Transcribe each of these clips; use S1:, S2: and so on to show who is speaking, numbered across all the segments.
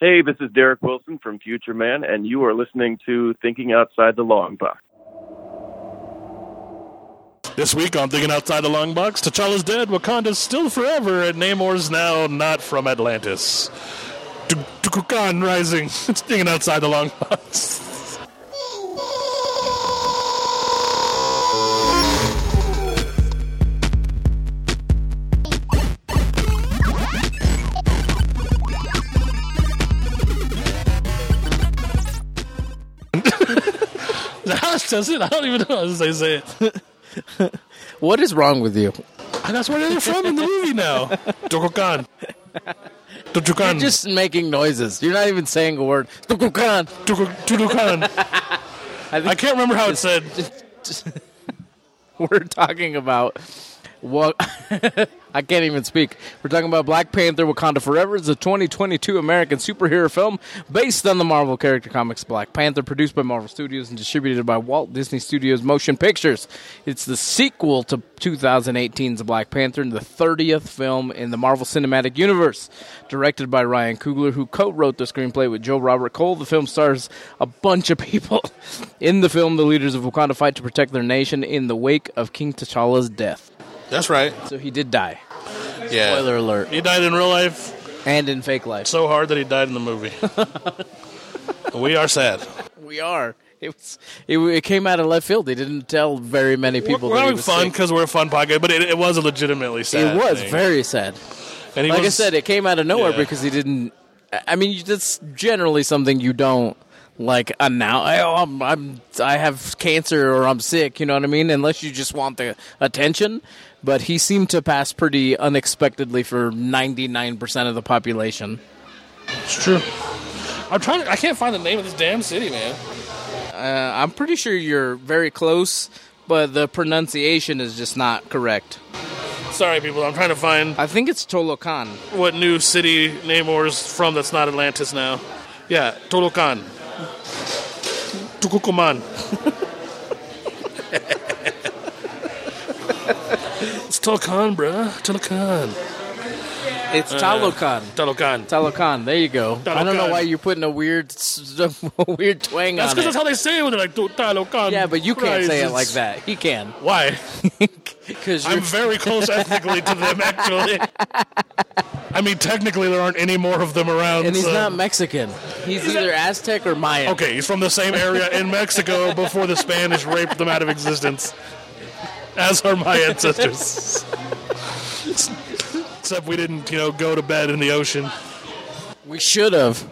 S1: Hey, this is Derek Wilson from Future Man, and you are listening to Thinking Outside the Long Box.
S2: This week on Thinking Outside the Long Box, T'Challa's dead, Wakanda's still forever, and Namor's now not from Atlantis. Tukukan rising. It's Thinking Outside the Long Box. That's just it. I don't even know how to say- say it.
S3: What is wrong with you?
S2: And that's where they're from in the movie now. Tukukan. Tukukan.
S3: Just making noises. You're not even saying a word. Tukukan.
S2: Tukukan. I can't remember how it said.
S3: We're talking about what I can't even speak. We're talking about Black Panther Wakanda Forever. It's a 2022 American superhero film based on the Marvel character comics Black Panther, produced by Marvel Studios and distributed by Walt Disney Studios Motion Pictures. It's the sequel to 2018's Black Panther and the 30th film in the Marvel Cinematic Universe. Directed by Ryan Coogler, who co wrote the screenplay with Joe Robert Cole, the film stars a bunch of people. In the film, the leaders of Wakanda fight to protect their nation in the wake of King T'Challa's death.
S4: That's right.
S3: So he did die.
S4: Yeah.
S3: Spoiler alert.
S2: He died in real life
S3: And in fake life.
S2: so hard that he died in the movie. we are sad.
S3: We are. It was. It, it came out of left field. They didn't tell very many people.
S2: we're
S3: that he
S2: having
S3: was
S2: fun
S3: sick.
S2: because we're a fun podcast, but it, it was a legitimately sad.
S3: It was
S2: thing.
S3: very sad.
S2: And he
S3: Like I
S2: was-
S3: said, it came out of nowhere
S2: Yeah.
S3: because he didn't. I- I mean, you- that's generally something you don't like announce. Oh, I'm, I'm, I have cancer or I'm sick. You know what I mean? Unless you just want the attention. But he seemed to pass pretty unexpectedly for 99% of the population.
S2: It's true. I'm trying. To, I can't find the name of this damn city, man.
S3: Uh, I'm pretty sure you're very close, but the pronunciation is just not correct.
S2: Sorry, people. I'm trying to find
S3: I think it's Tolokan.
S2: what new city Namor's from that's not Atlantis now. Yeah, Tolokan. Tukukuman. it's Tolokan, bruh. Tolokan.
S3: It's
S2: Oh,
S3: Talokan.
S2: Tolokan.
S3: Talokan. There you go. I don't know
S2: Talokan.
S3: why you're putting a weird, s- a weird twang
S2: That's
S3: on it.
S2: because that's how they say it when they're like, "Tu- Talokan.
S3: yeah, but you can't say it
S2: rises."
S3: like that. He can
S2: Why?
S3: because
S2: I'm very close ethnically to them, actually. I mean, technically, there aren't any more of them around.
S3: and he's
S2: so-
S3: not Mexican. He's either Aztec or Mayan.
S2: Okay, he's from the same area in Mexico before the Spanish raped them out of existence, as are my ancestors. Except we didn't, you know, go to bed in the ocean.
S3: We should have.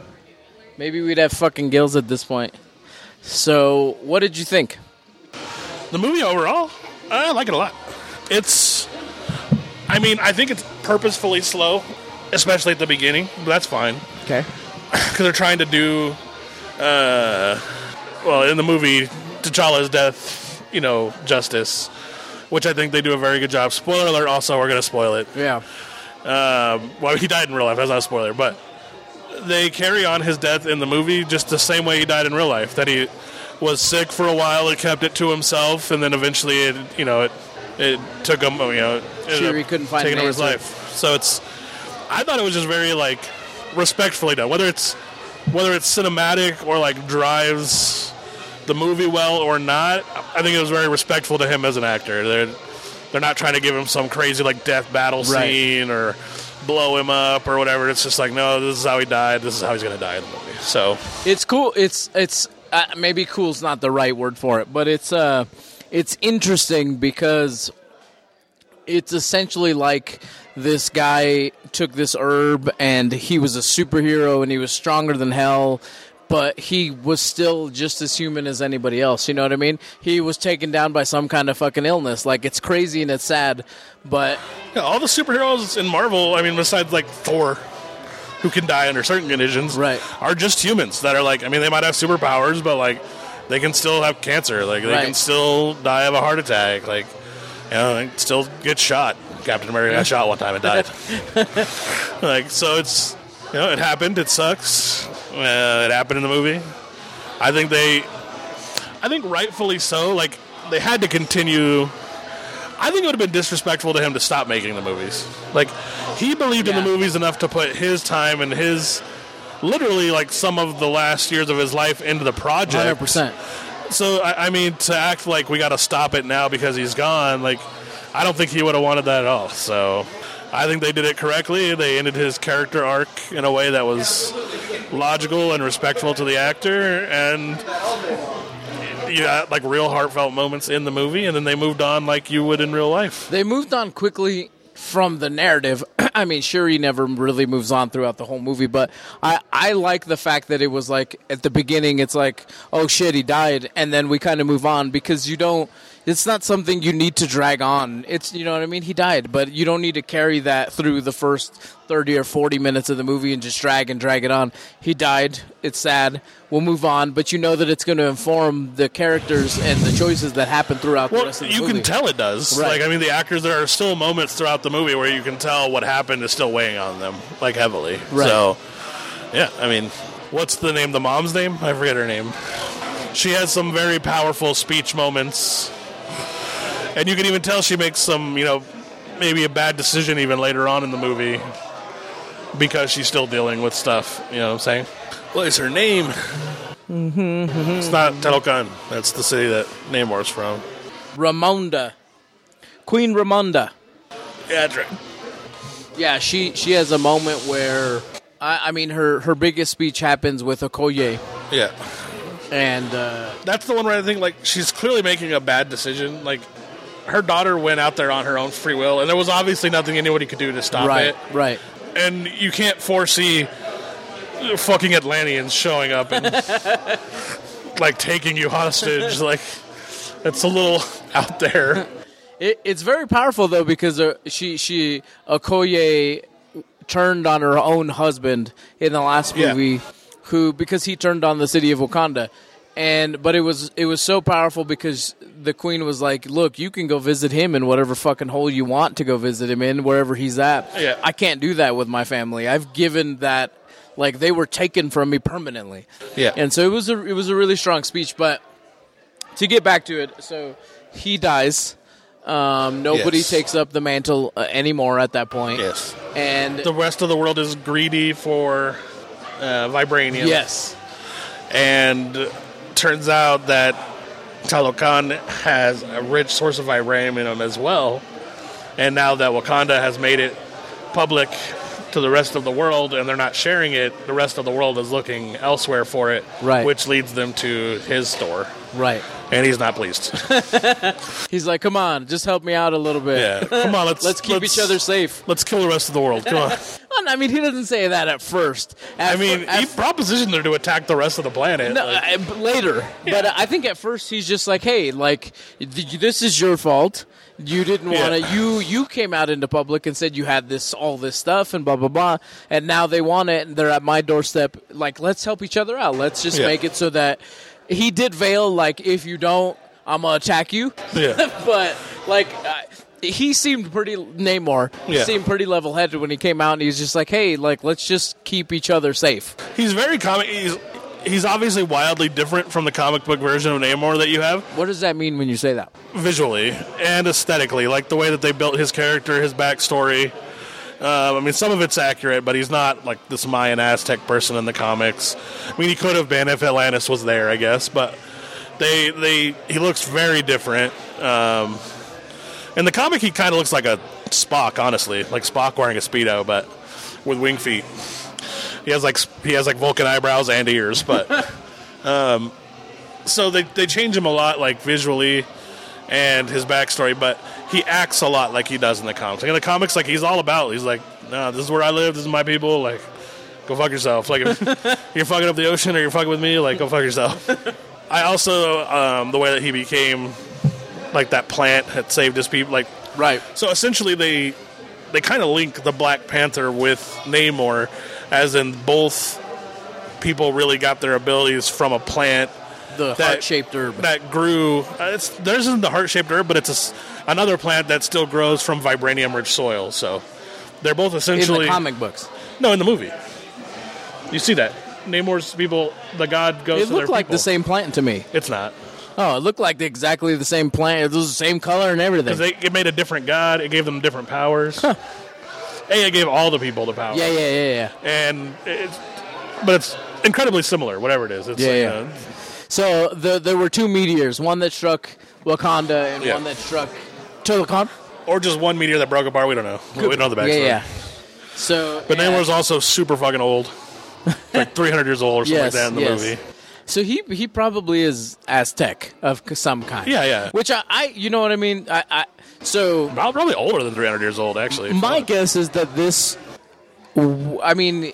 S3: Maybe we'd have fucking gills at this point. So, what did you think?
S2: The movie overall, I like it a lot. It's, I mean, I think it's purposefully slow, especially at the beginning. But that's fine.
S3: Okay.
S2: because they're trying to do, uh, well, in the movie, T'Challa's death, you know, justice, which I think they do a very good job. Spoiler alert, also, we're going to spoil it.
S3: Yeah.
S2: Um, well, he died in real life, that's not a spoiler, but they carry on his death in the movie just the same way he died in real life, that he was sick for a while and kept it to himself, and then eventually it, you know, it, it took him, you know, it ended
S3: Sure,
S2: up
S3: he couldn't find
S2: taking
S3: an
S2: over his
S3: answer.
S2: life. So it's, I thought it was just very, like, respectfully done, whether it's, whether it's cinematic or, like, drives the movie well or not, I think it was very respectful to him as an actor. They're they're not trying to give him some crazy like death battle
S3: Right.
S2: scene or blow him up or whatever. It's just like no, this is how he died. This is how he's gonna die in the movie. So
S3: It's cool. It's it's uh, maybe cool's not the right word for it, but it's uh it's interesting because it's essentially like this guy took this herb and he was a superhero and he was stronger than hell but he was still just as human as anybody else you know what i mean he was taken down by some kind of fucking illness like it's crazy and it's sad but
S2: yeah, all the superheroes in Marvel, I mean, besides like Thor, who can die under certain conditions,
S3: Right.
S2: are just humans that are like. I mean, they might have superpowers, but like they can still have cancer. Like they can
S3: Right.
S2: still die of a heart attack. Like you know, they can still get shot. Captain America got shot one time and died. like so, it's you know, it happened. It sucks. Uh, it happened in the movie. I think they, I think rightfully so. Like they had to continue. I think it would have been disrespectful to him to stop making the movies. Like he believed in
S3: Yeah.
S2: the movies enough to put his time and his literally like some of the last years of his life into the project.
S3: 100%.
S2: So I, I mean, to act like we got to stop it now because he's gone, like I don't think he would have wanted that at all. So I think they did it correctly. They ended his character arc in a way that was logical and respectful to the actor, and you got like real heartfelt moments in the movie, and then they moved on like you would in real life.
S3: They moved on quickly from the narrative. I mean, sure, he never really moves on throughout the whole movie, but I, I like the fact that it was like at the beginning, it's like, oh shit, he died, and then we kind of move on because you don't. It's not something you need to drag on. It's you know what I mean. He died, but you don't need to carry that through the first thirty or forty minutes of the movie and just drag and drag it on. He died. It's sad. We'll move on, but you know that it's going to inform the characters and the choices that happen throughout the
S2: Well,
S3: rest of the
S2: you
S3: movie.
S2: can tell it does.
S3: Right.
S2: Like, I mean, the actors, there are still moments throughout the movie where you can tell what happened is still weighing on them, like heavily.
S3: Right.
S2: So, yeah, I mean, what's the name? The mom's name? I forget her name. She has some very powerful speech moments. And you can even tell she makes some, you know, maybe a bad decision even later on in the movie because she's still dealing with stuff. You know what I'm saying? Mm-hmm, What is her name? it's not Tetelkan. That's the city that Namor's from.
S3: Ramonda, Queen Ramonda.
S2: Yeah, that's right.
S3: Yeah, she she has a moment where I, I mean her her biggest speech happens with Okoye,
S2: Yeah.
S3: and uh,
S2: That's the one where I think like she's clearly making a bad decision. Like her daughter went out there on her own free will and there was obviously nothing anybody could do to stop
S3: right
S2: it.
S3: right.
S2: And you can't foresee fucking Atlanteans showing up and like taking you hostage. Like it's a little out there.
S3: It, it's very powerful though because uh, she she Okoye turned on her own husband in the last
S2: Yeah.
S3: movie, who because he turned on the city of Wakanda, and but it was it was so powerful because the queen was like, "Look, you can go visit him in whatever fucking hole you want to go visit him in, wherever he's at.
S2: Yeah.
S3: I can't do that with my family. I've given that." Like they were taken from me permanently.
S2: Yeah.
S3: And so it was a it was a really strong speech, but to get back to it, so he dies. Um, nobody
S2: Yes.
S3: takes up the mantle uh, anymore at that point.
S2: Yes.
S3: And
S2: The rest of the world is greedy for uh, vibranium.
S3: yes,
S2: and turns out that Talokan has a rich source of vibranium as well. And now that Wakanda has made it public to the rest of the world and they're not sharing it, the rest of the world is looking elsewhere for it,
S3: Right.
S2: which leads them to his store.
S3: right.
S2: And he's not pleased.
S3: He's like, "Come on, just help me out a little bit.
S2: yeah. Come on, let's
S3: Let's keep each other safe."
S2: Let's kill the rest of the world. Come on.
S3: And, I mean, he doesn't say that at first. At
S2: I mean,
S3: fir- at
S2: he propositioned her to attack the rest of the planet.
S3: No,
S2: Like,
S3: I- but later. But I think at first he's just like, "Hey, like th- this is your fault. You didn't
S2: Yeah.
S3: want to. You you came out into public and said you had this all this stuff and blah blah blah. And now they want it and they're at my doorstep. Like, let's help each other out. Let's just
S2: Yeah.
S3: make it so that he did veil. Like, if you don't, I'm gonna attack you.
S2: Yeah.
S3: but like. I, he seemed pretty Namor
S2: Yeah.
S3: seemed pretty level-headed when he came out and he was just like, "Hey, like let's just keep each other safe."
S2: He's very comic. He's he's obviously wildly different from the comic book version of Namor that you have
S3: What does that mean when you say that?
S2: visually and aesthetically, like the way that they built his character, his backstory. Um, I mean, some of it's accurate, but he's not like this Mayan Aztec person in the comics. I mean, he could have been if Atlantis was there, I guess, but they they he looks very different. Um, in the comic, he kind of looks like a Spock, honestly, like Spock wearing a speedo, but with wing feet. He has like he has like Vulcan eyebrows and ears, but um, so they they change him a lot, like visually and his backstory, but he acts a lot like he does in the comics. Like in the comics, like he's all about. He's like, no, this is where I live. This is my people. Like, go fuck yourself. Like, if you're fucking up the ocean or you're fucking with me, like, go fuck yourself. I also um, the way that he became like that plant that saved his people. Like,
S3: Right.
S2: so essentially, they they kind of link the Black Panther with Namor, as in both people really got their abilities from a plant
S3: the
S2: that-
S3: heart-shaped herb.
S2: that grew. Uh, it's theirs isn't the heart shaped herb, but it's a s another plant that still grows from vibranium rich soil. So they're both
S3: in
S2: essentially
S3: the comic books,
S2: no in the movie. You see that Namor's people, the god goes.
S3: it
S2: to
S3: looked
S2: their
S3: like
S2: people.
S3: the same plant to me.
S2: It's not
S3: Oh, it looked like exactly the same plant. It was the same color and everything.
S2: because it made a different god. It gave them different powers. Hey, it gave all the people the power.
S3: yeah, yeah, yeah, yeah.
S2: and it's but it's incredibly similar. Whatever it is, it's
S3: Yeah,
S2: like,
S3: yeah.
S2: uh,
S3: So the, there were two meteors, one that struck Wakanda and
S2: Yeah.
S3: one that struck Tulakan.
S2: or just one meteor that broke apart. We don't know. We don't know the
S3: Yeah,
S2: backstory.
S3: yeah. So,
S2: But
S3: yeah.
S2: Namor Namor's also super fucking old, like 300 years old or something
S3: yes,
S2: like that in the
S3: yes.
S2: movie.
S3: So he he probably is Aztec of c- some kind.
S2: Yeah, yeah.
S3: Which I, I you know what I mean. I, I so
S2: Prob- Probably older than 300 years old, actually.
S3: My
S2: Fuck.
S3: guess is that this. I mean,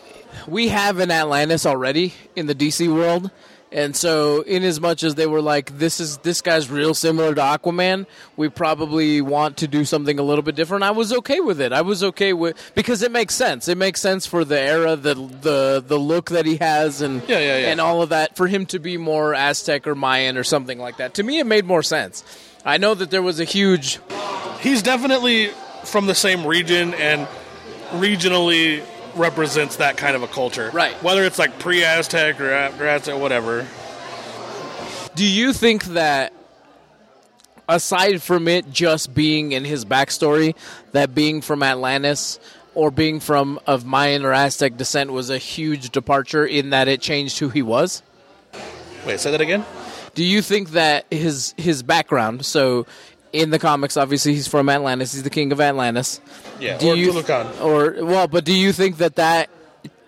S3: we have an Atlantis already in the DC world, and so in as much as they were like, "This is this guy's real similar to Aquaman," we probably want to do something a little bit different. I was okay with it. I was okay with because it makes sense. It makes sense for the era, the the the look that he has, and
S2: Yeah, yeah, yeah.
S3: and all of that for him to be more Aztec or Mayan or something like that. To me, it made more sense. I know that there was a huge
S2: He's definitely from the same region and regionally represents that kind of a culture.
S3: Right.
S2: Whether it's like pre Aztec or after Aztec, whatever.
S3: Do you think that aside from it just being in his backstory, that being from Atlantis or being from of Mayan or Aztec descent was a huge departure in that it changed who he was?
S2: Wait, say that again?
S3: Do you think that his his background, so in the comics obviously he's from Atlantis, he's the king of Atlantis.
S2: Yeah.
S3: Do
S2: or
S3: you
S2: Tulukan.
S3: or well, but do you think that that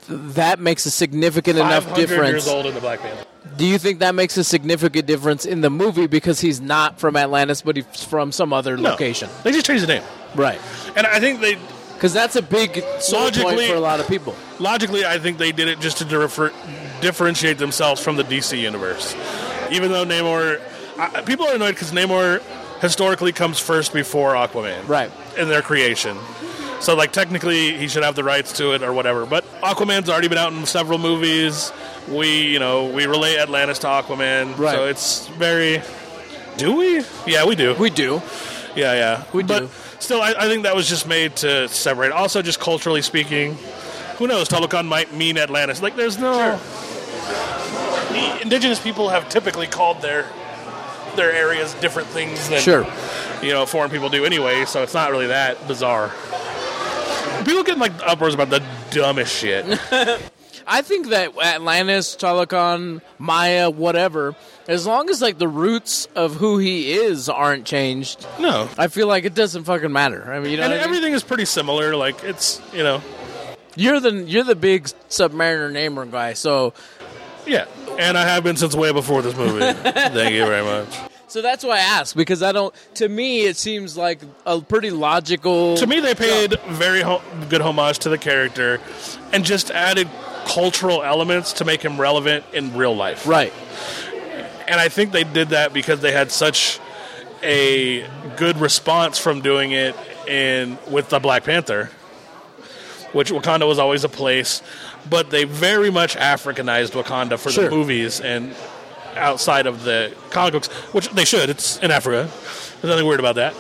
S3: that makes a significant enough
S2: 500 years
S3: difference?
S2: old in the Black Panther.
S3: Do you think that makes a significant difference in the movie because he's not from Atlantis, but he's from some other
S2: No.
S3: location?
S2: They just changed the name.
S3: Right.
S2: And I think they
S3: Because that's a big sore point
S2: Logically-
S3: for a lot of people.
S2: logically, I think they did it just to differ- differentiate themselves from the DC universe. Even though Namor, I, people are annoyed because Namor historically comes first before Aquaman,
S3: Right.
S2: In their creation, so like technically he should have the rights to it or whatever. But Aquaman's already been out in several movies. We, you know, we relate Atlantis to Aquaman,
S3: Right.
S2: so it's very. Do we? Yeah, we do.
S3: We do.
S2: Yeah, yeah.
S3: We
S2: but
S3: do.
S2: Still, I, I think that was just made to separate. Also, just culturally speaking, who knows? Talokan might mean Atlantis. Like, there's no. The indigenous people have typically called their their areas different things than
S3: Sure.
S2: you know foreign people do anyway. So it's not really that bizarre. People get like uproars about the dumbest shit.
S3: I think that Atlantis, Talokan, Maya, whatever, as long as like the roots of who he is aren't changed,
S2: no.
S3: I feel like it doesn't fucking matter. I mean, you know,
S2: And
S3: what I mean?
S2: everything is pretty similar. Like it's you know
S3: you're the you're the big Submariner Namor guy, so
S2: yeah. And I have been since way before this movie. Thank you very much.
S3: So that's why I ask because I don't. To me, it seems like a pretty logical.
S2: To me, they paid very ho- good homage to the character and just added cultural elements to make him relevant in real life.
S3: right?
S2: And I think they did that because they had such a good response from doing it in with the Black Panther, which Wakanda was always a place, but they very much Africanized Wakanda for
S3: Sure.
S2: the movies and outside of the comic books, which they should. It's in Africa. There's nothing weird about that.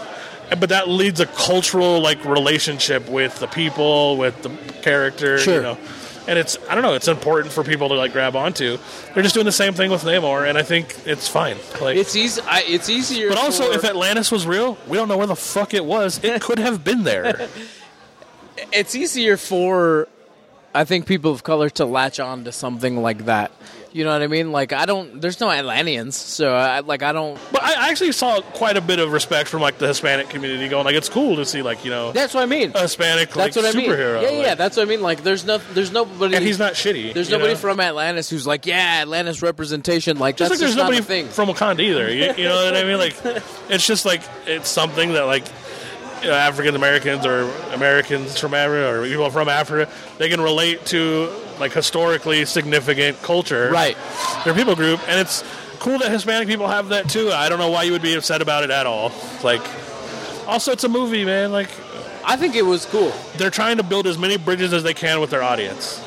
S2: But that leads a cultural like relationship with the people, with the character,
S3: Sure.
S2: you know. And it's I don't know, it's important for people to like grab onto. They're just doing the same thing with Namor and I think it's fine. Like
S3: It's easy. I, it's easier.
S2: but also,
S3: for-
S2: if Atlantis was real, we don't know where the fuck it was. It could have been there.
S3: it's easier for, I think people of color to latch on to something like that. You know what I mean? Like I don't. There's no Atlanteans, so I like I don't.
S2: But I I actually saw quite a bit of respect from like the Hispanic community, going like, "It's cool to see like you know
S3: That's what I mean.
S2: a Hispanic
S3: that's
S2: Uh, like
S3: what I mean.
S2: superhero."
S3: Yeah, yeah.
S2: like-
S3: That's what I mean. Like there's no. There's nobody.
S2: and he's not shitty.
S3: There's
S2: you
S3: nobody
S2: know?
S3: from Atlantis who's like, yeah, Atlantis representation. Like
S2: Just
S3: that's
S2: like there's
S3: just not
S2: nobody
S3: a thing.
S2: from Wakanda either. You, you know what I mean? Like, it's just like it's something that like you know, African Americans or Americans from Africa or people from Africa they can relate to like historically significant culture,
S3: Right.
S2: Their people group, and it's cool that Hispanic people have that too. I don't know why you would be upset about it at all. Like, also it's a movie, man. Like,
S3: I think it was cool.
S2: they're trying to build as many bridges as they can with their audience.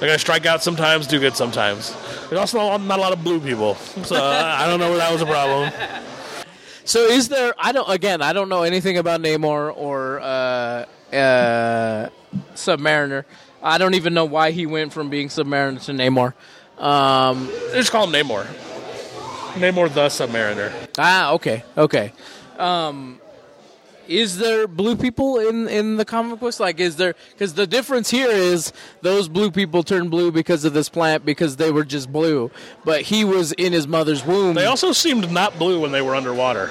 S2: They're gonna strike out sometimes, do good sometimes. There's also not, not a lot of blue people, so uh, I I don't know where that was a problem.
S3: So is there? I don't. Again, I don't know anything about Namor or uh, uh, Submariner. I don't even know why he went from being Submariner to Namor. Um,
S2: They just call him Namor. Namor the Submariner.
S3: ah, okay, okay. Um, is there blue people in in the comic books? Like, is there? Because the difference here is those blue people turn blue because of this plant because they were just blue, but he was in his mother's womb.
S2: They also seemed not blue when they were underwater.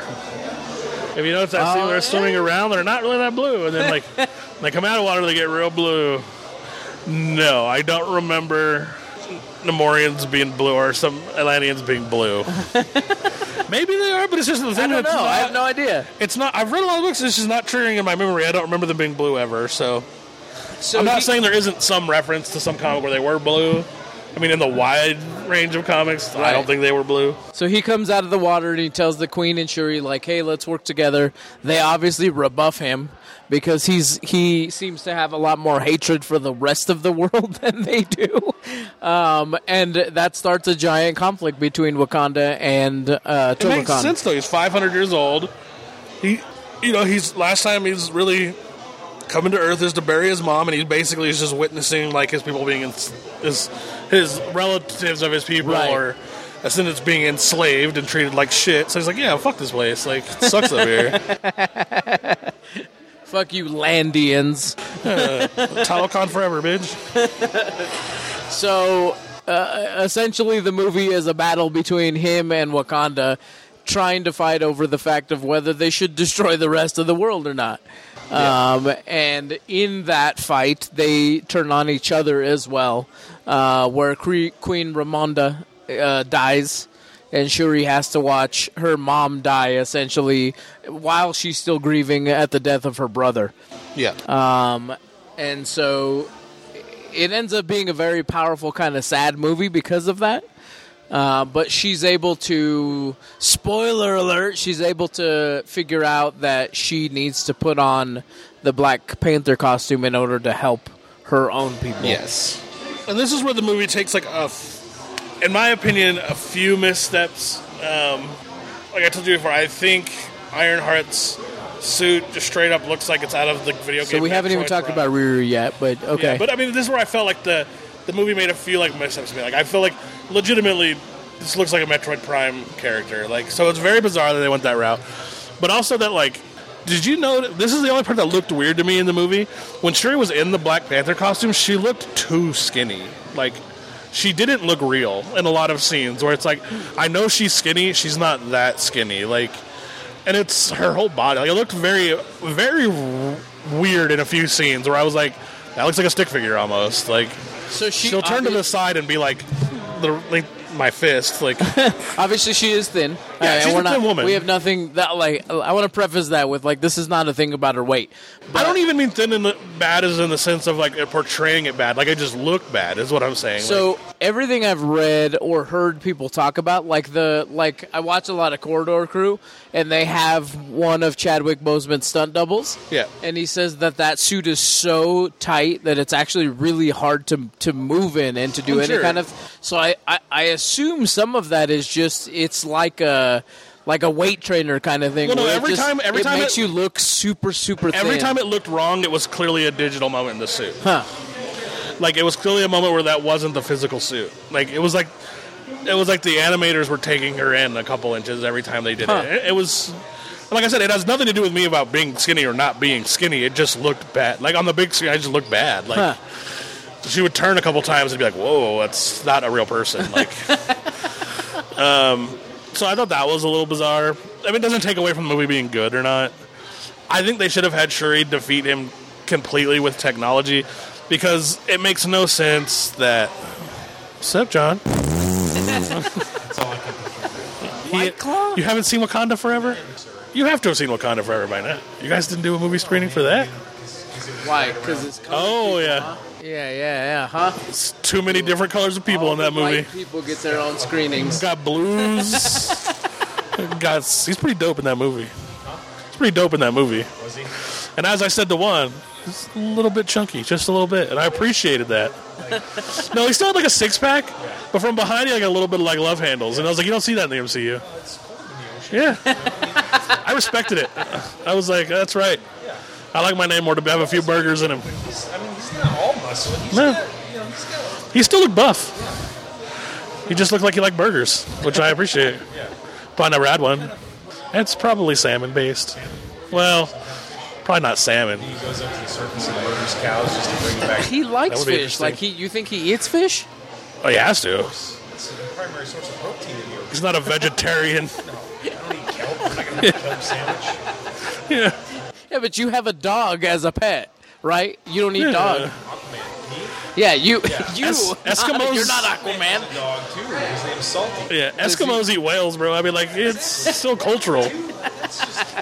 S2: If you notice that scene,
S3: Oh,
S2: they're swimming around, they're not really that blue, and then like when they come out of water, they get real blue. No, I don't remember Nemorians being blue or some Atlanteans being blue. Maybe they are, but it's just the thing.
S3: I don't know.
S2: that's
S3: I
S2: not-
S3: have no idea.
S2: It's not. I've read a lot of books. This is not triggering in my memory. I don't remember them being blue ever. So
S3: So
S2: I'm not
S3: he-
S2: saying there isn't some reference to some comic where they were blue. I mean, in the wide range of comics, I
S3: Right.
S2: don't think they were blue.
S3: So he comes out of the water and he tells the queen and Shuri like, "Hey, let's work together." They obviously rebuff him because he's he seems to have a lot more hatred for the rest of the world than they do, um, and that starts a giant conflict between Wakanda and uh,
S2: It makes
S3: Tobacon.
S2: sense though. He's 500 years old. He, you know, he's last time he's really coming to Earth is to bury his mom, and he basically is just witnessing like his people being ins- his his relatives of his people
S3: Right.
S2: or ascendants being enslaved and treated like shit. So he's like, yeah, fuck this place. Like, it sucks up here.
S3: Fuck you, Landians.
S2: Talokan forever, bitch.
S3: So uh, essentially, the movie is a battle between him and Wakanda, trying to fight over the fact of whether they should destroy the rest of the world or not. Um, and in that fight, they turn on each other as well, uh, where Cre- Queen Ramonda uh, dies. And Shuri has to watch her mom die essentially while she's still grieving at the death of her brother.
S2: Yeah.
S3: Um, and so it ends up being a very powerful kind of sad movie because of that. Uh, but she's able to, spoiler alert, she's able to figure out that she needs to put on the Black Panther costume in order to help her own people.
S2: Yes. And this is where the movie takes like a, f- in my opinion, a few missteps. Um, like I told you before, I think Ironheart's suit just straight up looks like it's out of the video game.
S3: So we haven't even
S2: Metroid
S3: talked
S2: from.
S3: about Riri yet, but okay.
S2: Yeah, but I mean, this is where I felt like the the movie made a few like missteps to me. Like I feel like legitimately, this looks like a Metroid Prime character. Like so, it's very bizarre that they went that route. But also that like, did you know this is the only part that looked weird to me in the movie? When Shuri was in the Black Panther costume, she looked too skinny. Like. She didn't look real in a lot of scenes where it's like, I know she's skinny, she's not that skinny. Like, and it's her whole body. Like it looked very, very w- weird in a few scenes where I was like, that looks like a stick figure almost. Like
S3: so she
S2: she'll turn to the side and be like, the, like my fist. Like
S3: Obviously, she is thin. Uh,
S2: Yeah,
S3: and
S2: she's a
S3: we're not-
S2: thin woman.
S3: We have nothing that like. I want to preface that with like this is not a thing about her weight.
S2: I don't even mean thin and bad as in the sense of like it portraying it bad. Like I just look bad is what I'm saying.
S3: So
S2: Like,
S3: everything I've read or heard people talk about, like the like I watch a lot of Corridor Crew, and they have one of Chadwick Boseman's stunt doubles.
S2: Yeah.
S3: and he says that that suit is so tight that it's actually really hard to to move in and to do
S2: I'm
S3: any
S2: sure.
S3: kind of. So I, I I assume some of that is just it's like a. Like a weight trainer kind of thing.
S2: Well, no,
S3: where it
S2: every
S3: just-
S2: time- every
S3: it
S2: time
S3: makes
S2: it-
S3: you look super, super. Thin.
S2: every time it looked wrong, it was clearly a digital moment in the suit.
S3: huh?
S2: Like it was clearly a moment where that wasn't the physical suit. Like it was like. It was like the animators were taking her in a couple inches every time they did
S3: Huh.
S2: it. it. It was, like I said, it has nothing to do with me about being skinny or not being skinny. It just looked bad. Like on the big screen, I just looked bad. Like
S3: Huh.
S2: she would turn a couple times and be like, "Whoa, that's not a real person." Like, um, so I thought that was a little bizarre. I mean, it doesn't take away from the movie being good or not. I think they should have had Shuri defeat him completely with technology because it makes no sense that. What's up, John?
S3: White Claw?
S2: You haven't seen Wakanda Forever? You have to have seen Wakanda Forever by now. You guys didn't do a movie screening for that?
S3: Why? Because it's
S2: Oh yeah,
S3: yeah, yeah, yeah, huh?
S2: it's too many different colors of people in that
S3: All the
S2: movie.
S3: White people get their own screenings.
S2: Got blues. got he's pretty dope in that movie. He's pretty dope in that movie. Was he? And as I said to one, he's a little bit chunky, just a little bit, and I appreciated that. no, he still had like a six pack, but from behind he had like a little bit of like love handles, and I was like, you don't see that in the MCU. Yeah, I respected it. I was like, that's right. I like my name more to have a few burgers in him.
S4: I mean, he's not all muscle. He's
S2: No.
S4: got, you know, he's got.
S2: He still looked buff. He just looked like he liked burgers, which I appreciate. But I never had one. It's probably salmon based. Well, Probably not salmon.
S4: He goes up to the surface and murders cows just to bring it back.
S3: He likes
S2: would be
S3: fish. Like he, you think he eats fish?
S2: Oh, he has to.
S4: It's the primary source of protein in you.
S2: He's not a vegetarian.
S4: I don't eat kelp. I'm not gonna make a kelp sandwich.
S2: yeah.
S3: Yeah, but you have a dog as a pet, right? You don't eat
S2: Yeah.
S3: dog.
S4: Aquaman. He
S3: Yeah, you, you.
S2: Es- Eskimos-
S3: You're not Aquaman.
S4: ate a dog too. His name's Salty.
S2: Yeah, Eskimos eat whales, bro. I mean, like it's still cultural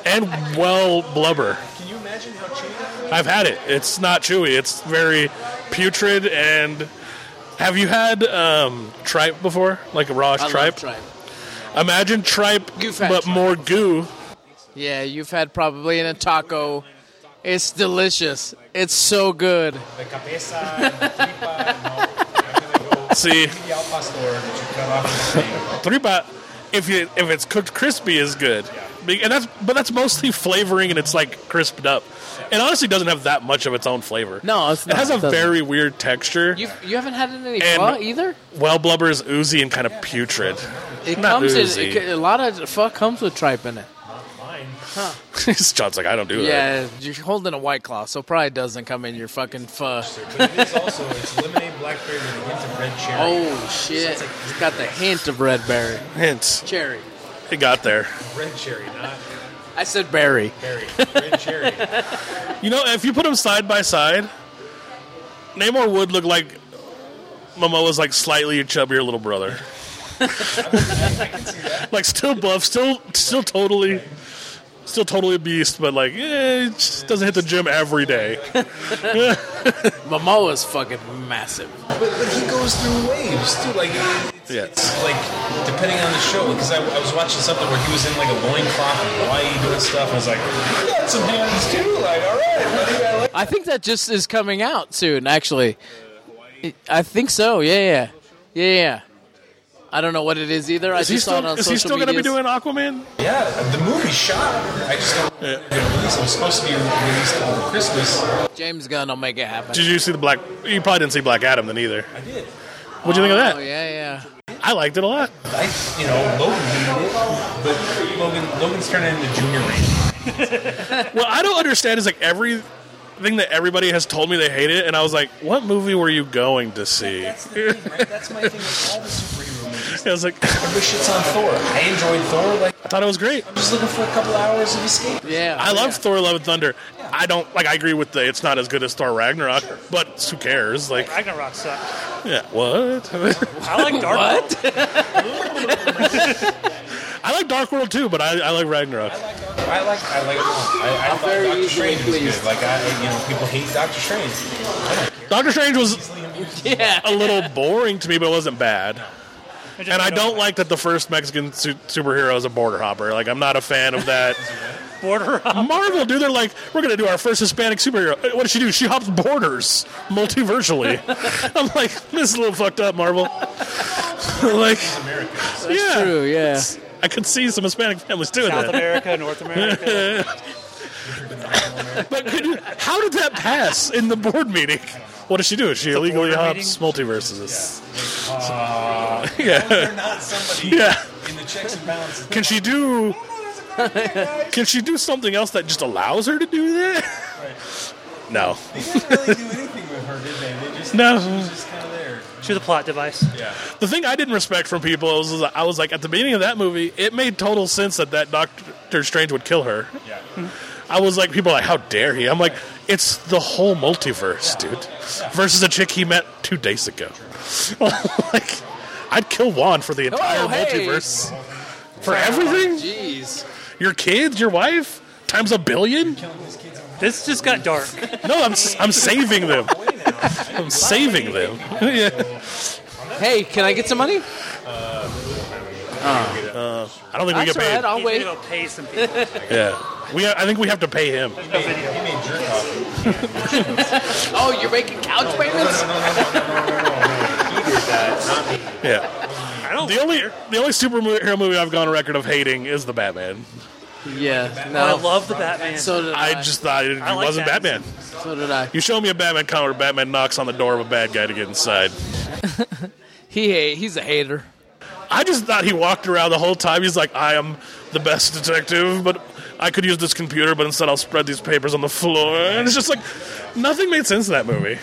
S2: and well blubber.
S4: Can you imagine how chewy that was?
S2: I've had it. It's not chewy. It's very putrid. And have you had um, tripe before, like a raw
S3: I love
S2: tripe?
S3: tripe.
S2: Imagine tripe,
S3: You've had
S2: but
S3: tripe.
S2: more goo.
S3: Yeah, you've had probably in a taco. It's delicious. It's so good.
S4: The cabeza, and the tripa, and all. I'm gonna go
S2: See,
S4: eat the al pastor that you cut off the thing.
S2: tripa, if you if it's cooked crispy, is good. Be- And that's but that's mostly flavoring, and it's like crisped up. It honestly doesn't have that much of its own flavor.
S3: No, it's
S2: it
S3: not.
S2: has a
S3: It doesn't.
S2: very weird texture.
S3: You you haven't had any
S2: And-
S3: pho either.
S2: well blubber is oozy and kind of putrid.
S3: It
S2: Not
S3: comes in
S2: oozy.
S3: it, a lot of pho comes with tripe in it.
S2: John's like, I don't do that.
S3: Yeah, you're holding a white claw, so probably doesn't come in your fucking pho.
S4: But it is also it's lemonade blackberry with a hint of red cherry.
S3: Oh shit! It's got the hint of red berry,
S2: Hints.
S3: cherry.
S2: It got there.
S4: Red cherry, not
S3: I said berry.
S4: berry. Red cherry.
S2: You know, if you put them side by side, Namor would look like Momoa's like slightly chubbier little brother. like still buff, still still totally still totally a beast, but like eh, it just doesn't hit the gym every day.
S3: Momoa's fucking massive.
S4: But, but he goes through waves too. Like it's,
S2: Yeah.
S4: it's like depending on the show. Because I, I was watching something where he was in like a loincloth in Hawaii doing stuff. And I was like, he got some hands too. Like all right, buddy, I like.
S3: I think that just is coming out soon. Actually, I think so. Yeah, yeah, yeah. yeah. I don't know what it is either. I
S2: Is
S3: just
S2: he
S3: saw it
S2: still
S3: on
S2: is
S3: social
S2: he still gonna
S3: medias.
S2: be doing Aquaman?
S4: Yeah, the movie shot. I just don't.
S2: Yeah.
S4: It released. It was supposed to be released over Christmas.
S3: James Gunn will make it happen.
S2: Did you see the black you probably didn't see Black Adam then either.
S4: I did.
S2: What'd you think of
S3: Oh
S2: that?
S3: yeah, yeah.
S2: I liked it a lot.
S4: I, you know, Logan hated it, but Logan, Logan's turning into Junior Ranger.
S2: What I don't understand is like everything that everybody has told me they hate it, and I was like, "What movie were you going to see?"
S4: That's the thing, right? That's my thing with all the superhero movies.
S2: I was like, "I
S4: Everybody shits on Thor. I enjoyed Thor. Like,
S2: thought it was great.
S4: I'm just looking for a couple hours of escape.
S3: Yeah,
S2: I love Thor: Love and Thunder. I don't like. I agree with the it's not as good as Thor Ragnarok, but who cares? Like,
S5: Ragnarok sucked.
S2: yeah, what?
S5: I like Dark World.
S3: What?
S2: I like Dark World too, but I, I like Ragnarok.
S4: I like, I like, I, I
S3: I'm
S4: thought
S3: very
S4: Doctor
S3: easily
S4: Strange was
S3: pleased.
S4: good. Like, I, you know, people hate Doctor Strange.
S2: Doctor Strange was
S3: yeah.
S2: a little boring to me, but it wasn't bad.
S5: just
S2: And I
S5: made
S2: don't
S5: up
S2: like that the first Mexican su- superhero is a border hopper. Like, I'm not a fan of that.
S5: border.
S2: Marvel, dude, they're like, we're gonna do our first Hispanic superhero. Uh, What does she do? She hops borders multiversally. I'm like, this is a little fucked up, Marvel. like, yeah,
S3: True. Yeah.
S2: I could see some Hispanic families doing
S5: South
S2: that.
S5: America, North America.
S2: But could you, how did that pass in the board meeting? What does she do? She illegally
S5: border
S2: hops multiverses.
S4: They're not somebody
S2: Yeah.
S4: in the checks and balances.
S2: Can she do? Can she do something else that just allows her to do that? No,
S4: They didn't really do anything with her, did they? They just,
S2: No.
S4: she was just kind of there.
S5: She was a plot device.
S4: Yeah.
S2: The thing I didn't respect from people was, was I was like at the beginning of that movie, it made total sense that that Doctor Strange would kill her. Hmm.
S4: Yeah.
S2: I was like, people are like, how dare he? I'm like, it's the whole multiverse, dude, versus a chick he met two days ago. like, I'd kill Juan for the entire
S3: Oh, hey.
S2: multiverse, for everything,
S3: Jeez.
S2: your kids, your wife, times a billion.
S5: This just got dark.
S2: No, I'm s- I'm saving them. I'm saving them. yeah.
S3: Hey, can I get some money?
S2: I don't think we
S3: That's
S2: get
S3: all
S2: paid.
S3: right. I'll
S5: He's gonna
S3: wait.
S5: go pay some people.
S2: Yeah, we. I think we have to pay him.
S5: No video.
S4: He made jerk off.
S3: Oh, you're making couch payments?
S2: Yeah.
S5: I don't.
S2: The only the only superhero movie I've gone on record of hating is the Batman.
S3: Yeah.
S5: I
S3: No.
S5: love the Batman.
S3: So did I.
S2: I just thought it
S5: Uh, I like
S2: wasn't
S5: that.
S2: Batman.
S3: so did I.
S2: You show me a Batman comic where Batman knocks on the door of a bad guy to get inside.
S3: He hate, he's a hater.
S2: I just thought he walked around the whole time. He's like, I am the best detective, but I could use this computer, but instead I'll spread these papers on the floor. And it's just like nothing made sense in that movie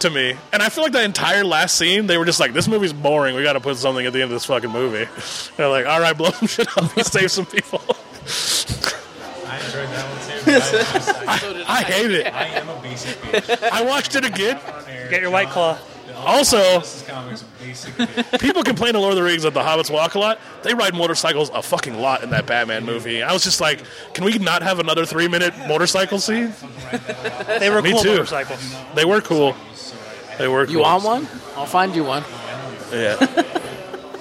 S2: to me. And I feel like the entire last scene, they were just like, "This movie's boring. We got to put something at the end of this fucking movie." they're like, "All right, blow some shit up. We save some people."
S4: I enjoyed that one too. but I, just, I,
S2: I hate it.
S4: I am a basic bitch.
S2: I watched it again.
S4: on air.
S5: Get your white claw.
S2: Also,
S4: This is comics a basic bitch.
S2: people complain in Lord of the Rings that the hobbits walk a lot. They ride motorcycles a fucking lot in that Batman movie. I was just like, can we not have another three minute motorcycle scene?
S5: They were
S2: Me
S5: cool
S2: too.
S5: motorcycles.
S2: They were cool. They were cool.
S6: You want one? I'll find you one.
S2: Yeah.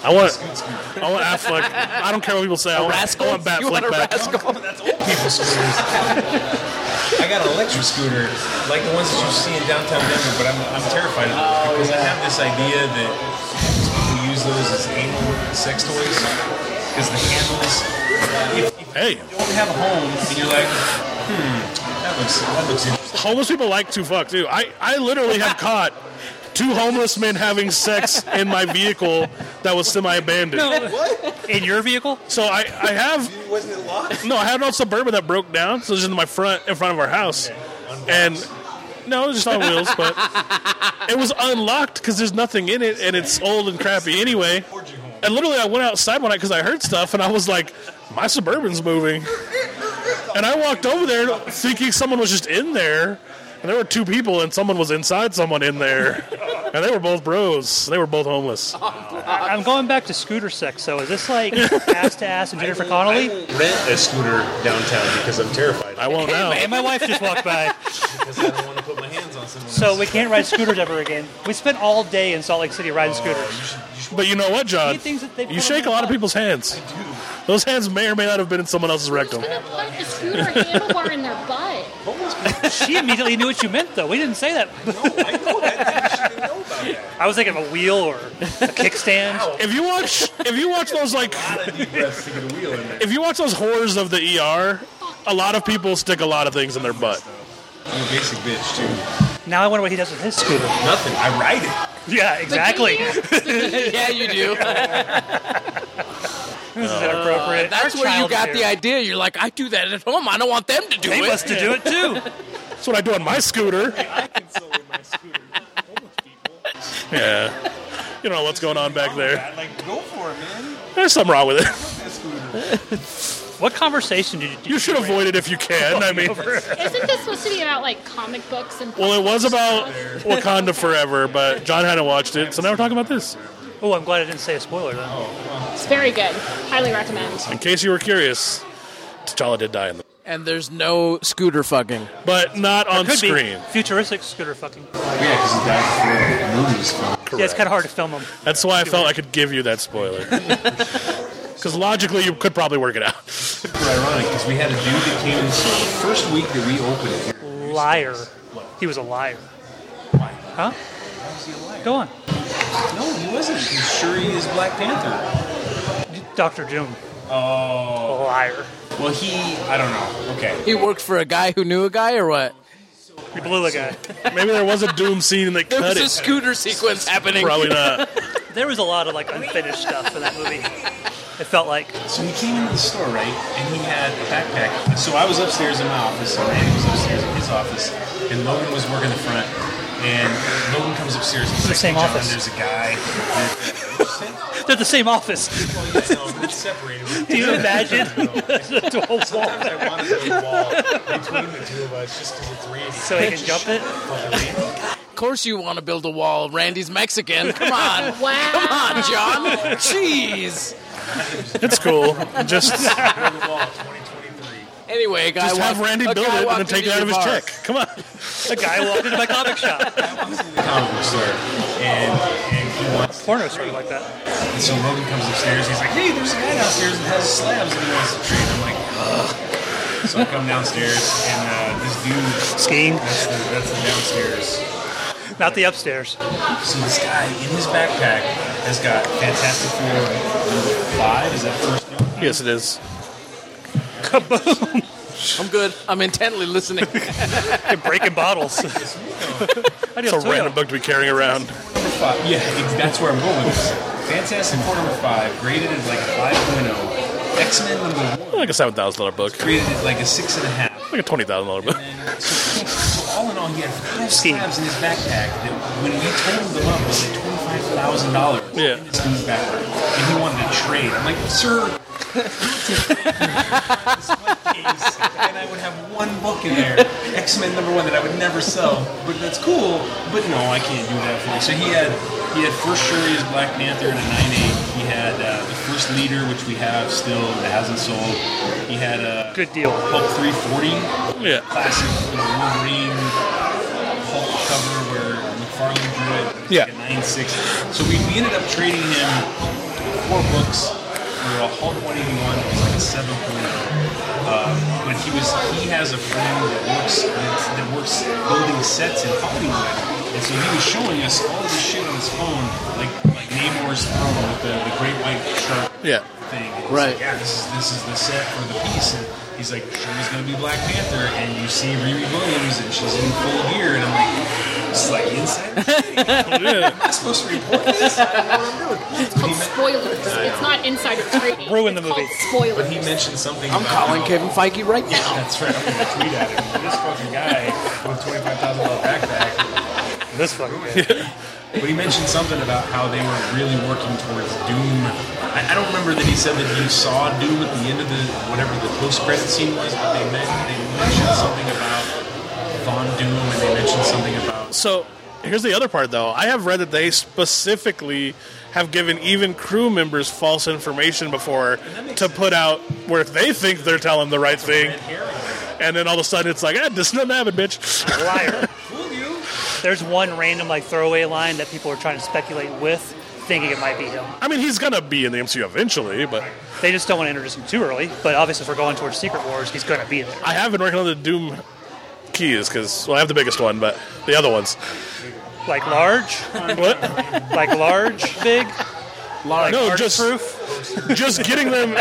S2: I want, I want Affleck. I don't care what people say. I want, I want Batfleck
S6: You want a
S2: back.
S6: rascal?
S4: I got an electric scooter, like the ones that you see in downtown Denver, but I'm, I'm terrified of them because I have this idea that people use those as anal sex toys because the handles. If, if
S2: Hey,
S4: you only have a home and you're like, hmm, that looks that looks interesting.
S2: homeless people like to fuck too. I, I literally have caught two homeless men having sex in my vehicle that was semi abandoned.
S5: In your vehicle?
S2: So I, I have. Wasn't it locked? No, I had an old suburban that broke down, so it was in my front, in front of our house, and no, it was just on wheels, but it was unlocked because there's nothing in it, and it's old and crappy anyway. And literally, I went outside one night because I heard stuff, and I was like, my suburban's moving, and I walked over there thinking someone was just in there. And there were two people, and someone was inside someone in there, and they were both bros. They were both homeless.
S5: I- I'm going back to scooter sex, so is this like ass to ass and Jennifer Connolly?
S4: Rent a scooter downtown because I'm terrified.
S2: I won't know.
S5: And my wife just walked by,
S4: Because I don't want to put my hands on someone.
S5: so we can't ride scooters ever again. We spent all day in Salt Lake City riding scooters.
S2: But you know what, John?
S5: He thinks that they've
S2: You
S5: got
S2: shake a
S5: them
S2: lot of
S5: up.
S2: people's hands. Those hands may or may not have been in someone else's rectum.
S7: Who's gonna put a scooter handlebar in their butt?
S5: She immediately knew what you meant, though. We didn't say that.
S4: I know that. You should know about that.
S5: I was thinking of a wheel or a kickstand.
S2: If you watch, if you watch those like,
S4: deep breaths to get a wheel in there.
S2: if you watch those horrors of the ER, a lot of people stick a lot of things in their butt.
S4: I'm a basic bitch too.
S5: Now I wonder what he does with his scooter.
S4: Nothing. I ride it.
S5: Yeah, exactly.
S7: But
S5: this
S7: do you-
S6: yeah, you do.
S5: is inappropriate.
S6: That's
S5: Our
S6: where you
S5: child's
S6: got
S5: here.
S6: the idea. You're like, I do that at home. I don't want them to do
S5: They
S6: it.
S5: must to do it too.
S2: That's what I do on my scooter. Yeah, you know what's going on back there.
S4: Like, go for it, man.
S2: There's something wrong with it.
S5: What conversation did you?
S2: You should avoid it if you can. I mean,
S7: Isn't this supposed to be about like comic books and?
S2: well, it was about Wakanda Forever, but John hadn't watched it, so now we're talking about this.
S5: Oh, I'm glad I didn't say a spoiler. Then.
S7: It's very good. Highly recommend.
S2: In case you were curious, T'Challa did die in the,
S6: And there's no scooter fucking.
S2: but not on
S5: Could
S2: screen.
S5: be futuristic scooter fucking.
S4: Yeah, because he died before the movie was filmed.
S5: Yeah, it's kind of hard to film them.
S2: That's why I felt I could give you that spoiler. Because logically, you could probably work it out.
S4: Super ironic because we had a dude that came in the first week that we opened it. here.
S5: Liar. He was a liar. Huh? Go on.
S4: No, he wasn't. He's sure he is Black Panther.
S5: Doctor Doom.
S4: Oh.
S5: Liar.
S4: Well, he. I don't know. Okay.
S6: He worked for a guy who knew a guy or what?
S5: You blew the guy.
S2: Maybe there was a Doom scene and they
S6: There
S2: cut
S6: was a
S2: it.
S6: scooter sequence happening.
S2: Probably not.
S5: There was a lot of like unfinished stuff in that movie. It felt like
S4: So he came into the store, right? And he had a backpack. So I was upstairs in my office, and Randy was upstairs in his office, and Logan was working the front. And Logan comes upstairs. And he's
S5: the
S4: like,
S5: same
S4: "Hey, John,
S5: office."
S4: There's a guy.
S5: they're the same office.
S4: Well, you know, it's separated.
S5: Do you imagine? To a wall.
S4: Sometimes I want to go wall between the two of us just because it's Randy.
S5: So he can jump it.
S6: Of course you want to build a wall. Randy's Mexican. Come on.
S7: Wow.
S6: Come on, John. Jeez.
S2: It's cool. Just,
S6: Anyway, a guy
S2: just have
S6: walked-
S2: Randy
S6: a
S2: build
S6: guy
S2: it and
S6: walked
S2: then take it
S6: into
S2: out of his
S6: your bar.
S2: check. Come on.
S5: A guy walked into my comic shop.
S4: the comic book store, and, and he wants.
S5: Porno sort of like that.
S4: And so Logan comes upstairs. He's like, "Hey, there's a guy downstairs that has slabs and he wants to trade." I'm like, "Ugh." So I come downstairs, and uh, this dude.
S5: Skiing.
S4: That's the, that's the downstairs.
S5: Not the upstairs.
S4: So this guy in his backpack has got Fantastic Four number five. Is that first? number?
S2: Yes, it is.
S6: I'm good. I'm intently listening.
S5: And breaking bottles. I do
S2: It's a random book to be carrying around.
S4: Number five. Yeah, ex- that's where I'm going with this. Fantastic Four number five, graded as like a 5.0. X Men number one
S2: Like a seven thousand dollar book,
S4: created at like a six and a half.
S2: like a twenty thousand dollar book.
S4: And so, so all in all, he had five
S5: Steve.
S4: slabs in his backpack that when we totaled them up, it was like twenty five thousand dollars.
S2: Yeah.
S4: in his dude's backpack, and he wanted to trade. I'm like, sir. this one case, and I would have one book in there, X Men number one, that I would never sell. But that's cool. But no, I can't do that for you. So he had he had first Shuri's Black Panther in a nine eight. He had uh, the first leader, which we have still that hasn't sold. He had uh,
S5: Good deal.
S4: Hulk three forty
S2: Yeah,
S4: classic you know, Wolverine Hulk cover where McFarlane drew it. It's
S2: Yeah.
S4: Like a nine six. So we, we ended up trading him four books for a Hulk 181. It was like a seven point. Uh, but he was he has a friend that works that, that works building sets in Hollywood. And so he was showing us all this shit on his phone, like like Namor's throne with the, the great white shark
S2: yeah.
S4: thing. And he's
S6: Right.
S4: Like, yeah, this is, this is the set for the piece. And he's like, she's going to be Black Panther. And you see Riri Williams and she's in full gear. And I'm like, this is like inside. trading. Am I supposed to report this? I don't know what I'm doing.
S7: It's called spoilers. It's not insider trading.
S5: Ruin
S7: It's
S5: the
S7: called
S5: movie.
S7: Spoilers.
S4: But he mentioned something
S6: I'm
S4: about
S6: calling
S4: how-
S6: Kevin Feige right now.
S4: That's right. I'm going to tweet at him. This fucking guy with $25,000 backpack.
S5: This fucking guy.
S4: But he mentioned something about how they were really working towards Doom. I, I don't remember that he said that you saw Doom at the end of the whatever the post credit scene was, but they, meant, they mentioned something about Von Doom and they mentioned something about.
S2: So here's the other part, though. I have read that they specifically have given even crew members false information before to put out where if they think they're telling the right thing, and then all of a sudden it's like, eh, this nothing happened, bitch.
S5: Liar.
S4: Fool you!
S5: There's one random like throwaway line that people are trying to speculate with, thinking it might be him.
S2: I mean, he's gonna be in the MCU eventually, but
S5: They just don't want to introduce him too early. But obviously, if we're going towards Secret Wars, he's going to be there.
S2: I have been working on the Doom keys because well, I have the biggest one, but the other ones.
S5: Like large,
S2: What?
S5: like large, big, large.
S2: No,
S5: large
S2: just-
S5: proof.
S2: just getting them,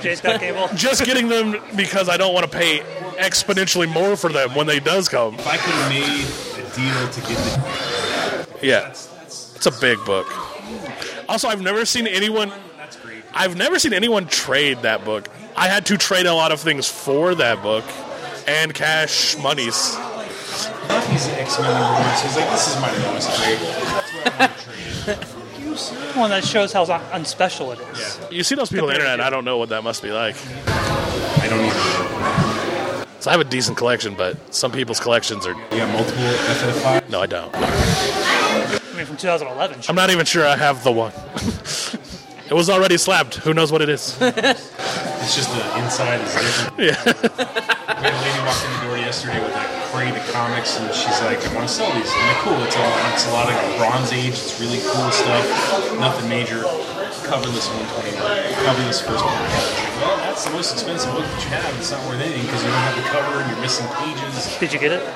S5: J. Scott Cable.
S2: just getting them because I don't want to pay exponentially more for them when they does come.
S4: If I could have made a deal to get the.
S2: Yeah, it's a big book. Also, I've never seen anyone.
S4: That's great.
S2: I've never seen anyone trade that book. I had to trade a lot of things for that book, and cash monies.
S4: Not he's the X Men number one, so he's like, this is my lowest grade. That's what I want to trade.
S5: One that shows how un- unspecial it is.
S2: You see those people on the internet. I don't know what that must be like.
S4: I don't even.
S2: So I have a decent collection, but some people's collections are.
S4: You got multiple FF5?
S2: No, I don't.
S5: I mean, from 2011.
S2: I'm not even sure I have the one. it was already slapped. Who knows what it is?
S4: It's just the inside is different. Yeah. we had a lady walk in the door yesterday with like a crate of comics, and she's like, "I want to sell these." I'm like, "Cool. It's all it's a lot of Bronze Age. It's really cool stuff. Nothing major. Coverless 121. Coverless first one. Well, that's the most expensive book that you have. It's not worth anything because you don't have the cover and you're missing pages.
S5: Did you get it?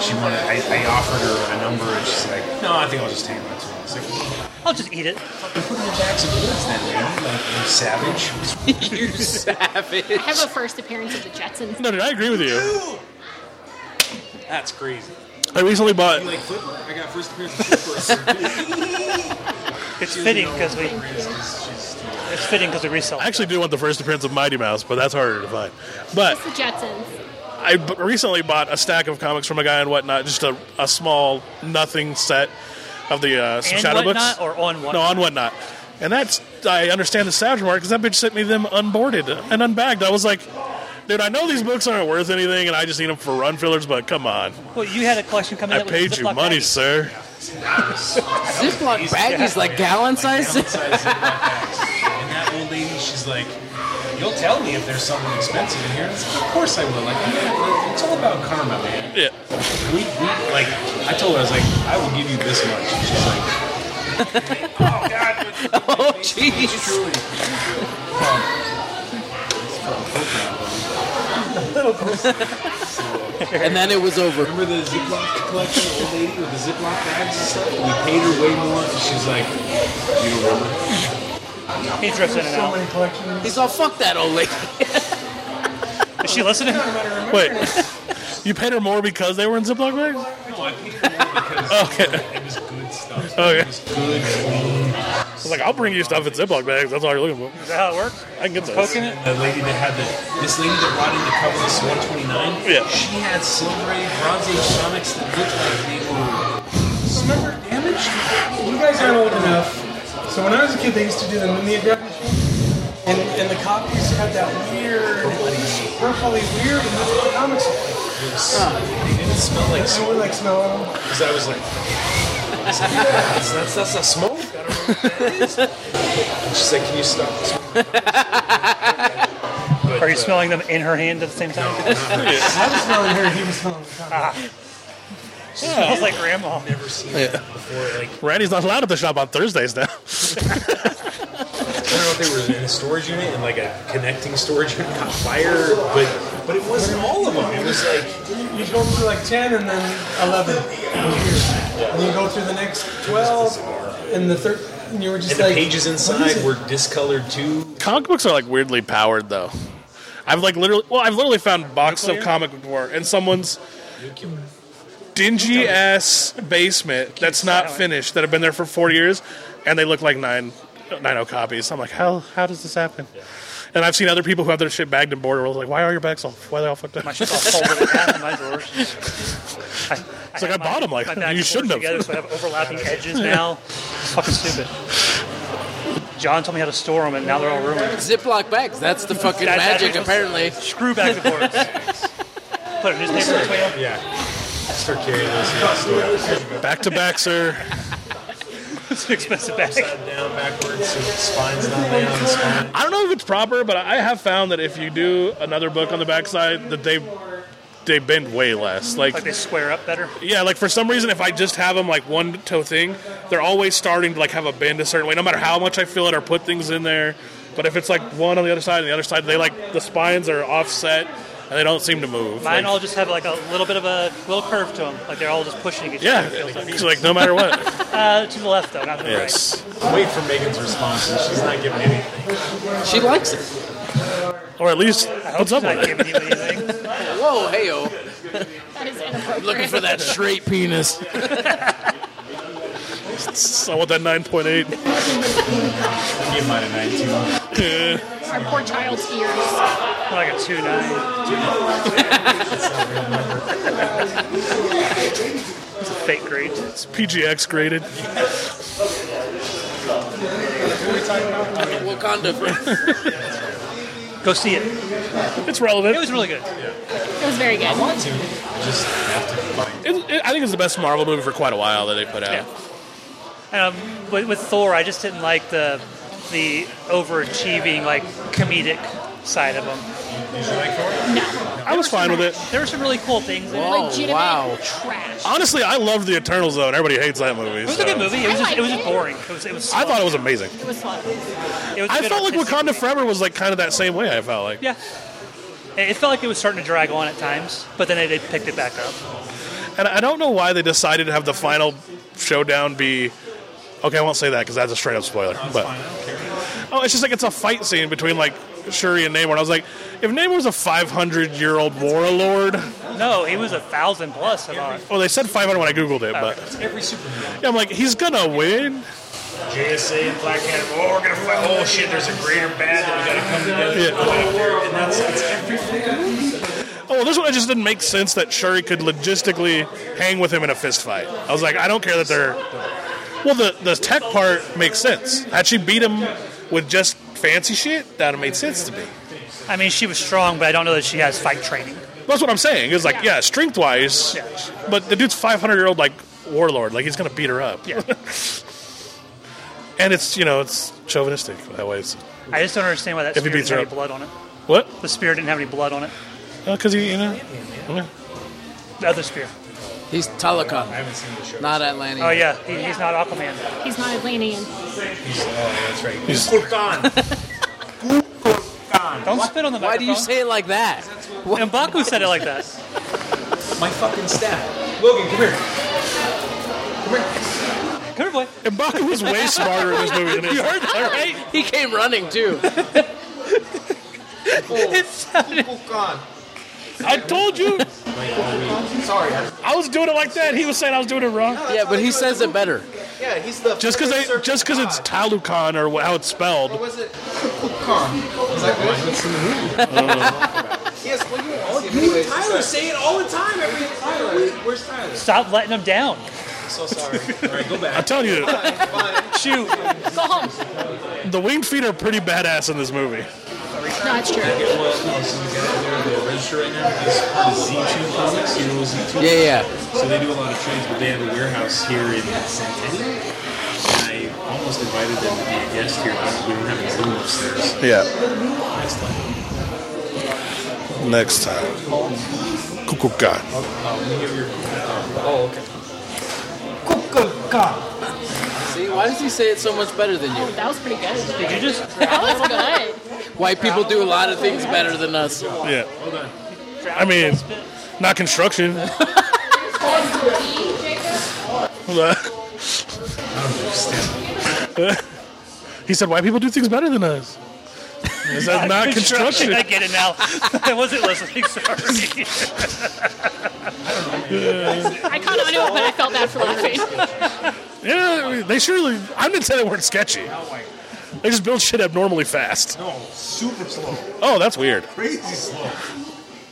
S4: She wanted. I, I offered her a number, and she's like, "No, I think I'll just take that." one." It's like,
S5: I'll just eat it.
S4: "Fucking put it in bags of goods, then, man. Like, you savage."
S6: you savage.
S7: I have a first appearance of the Jetsons.
S2: No, dude, I agree with you.
S4: That's crazy.
S2: I recently bought.
S4: You like Flipper? I got first appearance of Flipper.
S5: It's fitting because we it's fitting because we resell.
S2: I actually do want the first appearance of Mighty Mouse, but that's harder to find. But
S7: It's the Jetsons.
S2: I b- recently bought a stack of comics from a guy and whatnot, just a, a small nothing set of the uh, some
S5: and
S2: shadow
S5: whatnot,
S2: books.
S5: or on one.
S2: no, on whatnot. And that's I understand the savage mark because that bitch sent me them unboarded and unbagged. I was like, dude, I know these books aren't worth anything, and I just need them for run fillers. But come on,
S5: well, you had a collection coming.
S2: I
S5: out with
S2: paid you
S5: Ziploc
S2: money,
S5: baggies.
S2: sir.
S6: Ziploc baggies like gallon sized.
S4: And that old lady, she's like, "You'll tell me if there's something expensive in here." And I said, of course I will. Like, yeah, it's all about karma, man.
S2: Yeah.
S4: We, we, like, I told her, I was like, "I will give you this much." And she's like, "Oh God, but
S6: Oh, jeez.
S4: truly."
S6: And then it was over.
S4: Remember the Ziploc collection, the old lady with the Ziploc bags and stuff? We paid her way more, and she's like, "You don't remember?"
S5: He drifts in and out.
S6: He's all fuck that old lady.
S5: Is she listening?
S2: Wait, you paid her more because they were in Ziploc bags?
S4: No, I paid her more because
S2: Okay.
S4: it was good stuff.
S2: Okay.
S4: It was good, clean.
S2: like, I'll bring you stuff in Ziploc bags. That's all you're looking for.
S5: Is that how it works?
S2: I can get those.
S5: Poking it?
S4: The lady that had the this lady that brought in the coverless 129.
S2: Yeah.
S4: She had slow ray Bronze Age Sonics that looked like they were summer damaged.
S8: You guys aren't old enough. So when I was a kid, they used to do them in the aggression. And, and the copies had that weird, purpley weird, and that's what the comics look like.
S4: They didn't smell like
S8: And we're like smelling them.
S4: because I was like. it's like, "Yeah, it's- That's, that's not smoke. I don't know what that is. She's like, can you stop? this?" But,
S5: Are you
S4: uh,
S5: smelling them in her hand at the same time?
S8: I was smelling her, he was smelling the comics.
S5: Smells like grandma.
S4: Never seen that before. Like,
S2: Randy's not allowed at the shop on Thursdays now.
S4: I don't know if they were in a storage unit and like a connecting storage unit got fire, but but it wasn't all of them. It was like
S8: You go through like 10 and then 11. And you go through the next 12 and the third. And you were just
S4: and the
S8: like.
S4: pages
S8: what is
S4: inside
S8: it?
S4: were discolored too.
S2: comic books are like weirdly powered though. I've like literally, well, I've literally found boxes of comic book before in someone's dingy ass basement that's not finished that have been there for forty years, and they look like nine nine oh copies. I'm like, how how does this happen? And I've seen other people who have their shit bagged and boarded. where it's Like, why are your bags all? Why are they all fucked up?
S5: My shit's all folded in half in my drawers. I,
S2: like
S5: have
S2: I bought 'em like
S5: my
S2: that.
S5: back
S2: You
S5: folded
S2: shouldn't have.
S5: Together, so I have overlapping edges now. It's fucking stupid. John told me how to store them, and now they're all ruined.
S6: Ziploc bags. That's the fucking
S5: That- that
S6: magic,
S5: is-
S6: apparently.
S5: Screw back the boards. Put a newspaper between them.
S4: Yeah. Start carrying those in the store.
S2: Back to back, sir.
S5: It's an expensive bag.
S4: Upside down, backwards, so the spine's not down. The spine.
S2: I don't know if it's proper, but I have found that if you do another book on the backside, that they they bend way less. Like
S5: Like they square up better.
S2: Yeah, like for some reason, if I just have them like one toe thing, they're always starting to like have a bend a certain way, no matter how much I feel it or put things in there. But if it's like one on the other side and the other side, they like the spines are offset and they don't seem to move.
S5: Mine
S2: Like,
S5: all just have like a little bit of a little curve to them. Like they're all just pushing each
S2: yeah,
S5: other. it feels like.
S2: it's like no matter what.
S5: Uh, to the left though, not to the right.
S2: yes,
S4: Wait for Megan's response. and She's not giving anything.
S6: She likes it.
S2: or at least
S5: I
S2: what's
S5: hope she's
S2: up
S5: not
S2: with it?
S5: giving you anything.
S6: Whoa, hey oh.
S7: That is inappropriate.
S6: Looking for that straight penis.
S2: I want that nine point eight.
S4: Give mine a 19.
S7: Our poor child's ears.
S5: Like a two nine. it's a fake grade.
S2: It's PGX graded.
S6: Wakanda.
S5: Go see it.
S2: It's
S5: It
S2: relevant.
S5: was really good.
S7: It was very good.
S4: Want to? I Just have to find.
S2: It, it, I think it's the best Marvel movie for quite a while that they put out.
S5: Yeah. Um, with, with Thor, I just didn't like the the overachieving like comedic side of him.
S2: I was fine with it.
S5: There were some really cool things. in it.
S6: Oh,
S7: Legitimate
S6: wow.
S7: trash.
S2: Honestly, I love the Eternals though, and everybody hates that movie.
S5: It was
S2: so.
S5: a good movie. It was
S7: I
S5: just, it was
S7: liked
S5: just
S7: it.
S5: boring. It was it was.
S2: I thought it was amazing.
S7: It was fun.
S5: It was a
S2: I
S5: good
S2: felt like
S5: artistic
S2: Wakanda
S5: movie.
S2: Forever was like kind of that same way. I felt like,
S5: Yeah. It it felt like it was starting to drag on at times, but then it, it picked it back up.
S2: and I don't know why they decided to have the final showdown be. Okay, I won't say that because that's a straight up spoiler. but oh, it's just like it's a fight scene between like Shuri and Namor. And I was like, if Namor was a 500 year old warlord,
S5: No, he was a thousand plus. I'm on.
S2: well, they said 500 when I googled it, but
S4: It's every superhero.
S2: yeah, I'm like, he's gonna win.
S4: JSA and Black Adam. Oh, we're gonna fight. Oh shit! There's a greater bad that we gotta come together.
S2: Yeah.
S4: Yeah. And that's it's every freaking movie.
S2: Oh, well, this one it just didn't make sense that Shuri could logistically hang with him in a fist fight. I was like, I don't care that they're. Well, the the tech part makes sense. Had she beat him with just fancy shit, that would made sense to me.
S5: I mean, she was strong, but I don't know that she has fight training.
S2: That's what I'm saying. It's like, yeah, strength wise,
S5: Yeah.
S2: but the dude's 500 year old like warlord. Like he's gonna beat her up.
S5: Yeah.
S2: and it's you know it's chauvinistic that way. It's,
S5: I just don't understand why that
S2: If he
S5: spear
S2: beats
S5: didn't have
S2: her
S5: any blood on it.
S2: what?
S5: The spear didn't have any blood on it.
S2: Because he you know.
S5: The other spear.
S6: He's
S4: I
S6: Talakan,
S4: haven't seen the show.
S6: not
S5: Oh,
S6: Atlantean.
S5: yeah. He, he's not Aquaman.
S7: He's not Atlantean.
S4: He's, oh, that's right.
S2: He's-
S4: Kulkan.
S5: Don't spit on the microphone.
S6: Why do you say it like that?
S5: And Baku said it like that.
S4: My fucking staff. Logan, come here.
S5: Come here, boy.
S2: And Baku was way smarter in this movie than you heard that, right?
S6: He came running too.
S4: Kulkan.
S2: I told you.
S4: Sorry. I-
S2: I was doing it like that. He was saying I was doing it wrong.
S6: Yeah, but he says it better.
S9: Yeah, he's the
S2: Just because
S9: favorite
S2: they,
S9: serpent
S2: just because it's
S9: god.
S2: Talukan or wh- how it's
S9: Or
S2: spelled.
S9: was it Kukulkan? Is that good? Yes, well, you all anyways, it's
S4: Tyler, say it all the time. Every Tyler, where's Tyler?
S5: Stop letting them down.
S4: So sorry. All right, go
S2: I'm
S4: back.
S2: telling you,
S5: Shoot.
S7: Go home.
S2: the winged feet are pretty badass in this movie.
S7: No, it's true.
S4: Well, no, so the guy there, the registrar right now, is the Z2 Comics. You know what Z2
S3: Yeah,
S4: is?
S3: yeah.
S4: So they do a lot of trades, but they have a warehouse here in Centennial. And I almost invited them to be a guest here, but we don't have any room upstairs.
S2: Yeah.
S4: Next
S2: Next
S4: time.
S2: time. Kukuka.
S4: Um, you have your
S6: See, why does he say it so much better than you?
S7: Oh, that was pretty good.
S5: Did you just
S7: That was good.
S6: White people do a lot of things better than us.
S2: Yeah.
S5: drown
S2: I mean-
S5: yourself, spit?
S2: Not construction. he said, "Why people do things better than us?" Is that not construction?
S5: I get it now. I wasn't listening. Sorry.
S7: I kind of knew it, but I felt bad for laughing.
S2: Yeah, they surely. I didn't say they weren't sketchy. They just build shit abnormally fast.
S4: No, super slow.
S2: Oh, that's weird.
S4: Crazy slow.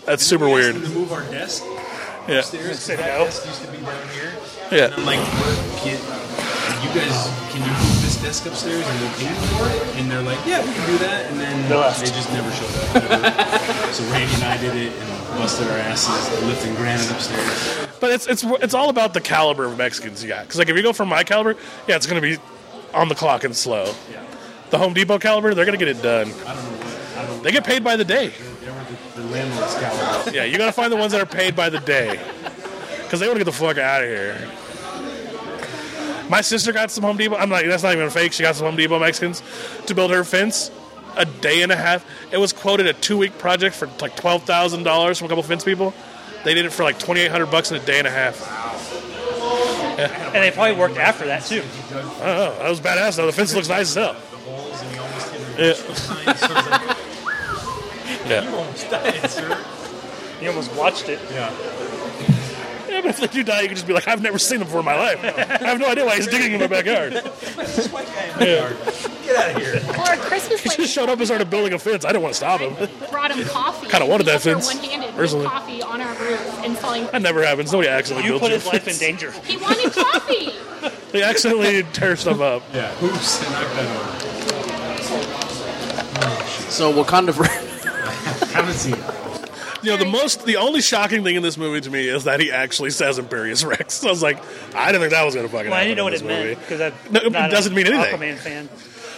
S2: That's super
S4: We asked them
S2: weird.
S4: To move our desk
S2: Yeah,
S4: upstairs. That desk used to be down here. And
S2: yeah.
S4: I'm like, kid, you guys, can you move this desk upstairs and we'll pay for it? And they're like, yeah, we can do that. And then
S5: They left.
S4: they just never showed up. so Randy and I did it and busted our asses lifting granite upstairs.
S2: But it's it's it's all about the caliber of Mexicans you got. Because like if you go from my caliber, yeah, it's gonna be on the clock and slow. The Home Depot caliber, they're gonna get it done.
S4: I don't know what. I don't know.
S2: They get paid by the day.
S4: They were the, the landlord's caliber.
S2: Yeah, you gotta find the ones that are paid by the day. Because they want to get the fuck out of here. My sister got some Home Depot. I'm like, that's not even fake. She got some Home Depot Mexicans to build her fence. A day and a half. It was quoted a two week project for like twelve thousand dollars from a couple fence people. They did it for like twenty eight hundred bucks in a day and a half.
S5: and they probably worked after that too.
S2: Oh, that was badass. Now the fence looks nice as hell.
S4: The holes and we almost hit her.
S2: Yeah.
S4: So it's like,
S2: Yeah.
S4: you almost died, sir.
S5: You almost watched it.
S4: Yeah.
S2: yeah, but if they do die, you can just be like, I've never seen them before in my life. I have no idea why he's digging in my backyard.
S4: Get out of here.
S7: Or a Christmas
S2: He just
S7: plate.
S2: showed up and started building a fence. I didn't want to stop him.
S7: Brought him coffee.
S2: Kinda wanted that
S7: He was
S2: fence,
S7: there One-handed
S2: personally.
S7: with coffee on our roof and selling.
S2: That never happens. Nobody accidentally
S5: You
S2: builds your
S5: put his life in
S2: fence.
S5: danger.
S7: He wanted coffee.
S2: They accidentally tear stuff up.
S4: Yeah. Oops. And I've been over.
S6: So Wakanda forever.
S4: Haven't seen it.
S2: You know, the most, the only shocking thing in this movie to me is that he actually says Imperious Rex. I was like, I didn't think that was going to fucking
S5: Well, I
S2: happen.
S5: didn't know
S2: in
S5: what
S2: this
S5: it meant
S2: movie.
S5: because I'm
S2: No, it
S5: not
S2: doesn't
S5: a
S2: mean anything.
S5: Aquaman fan.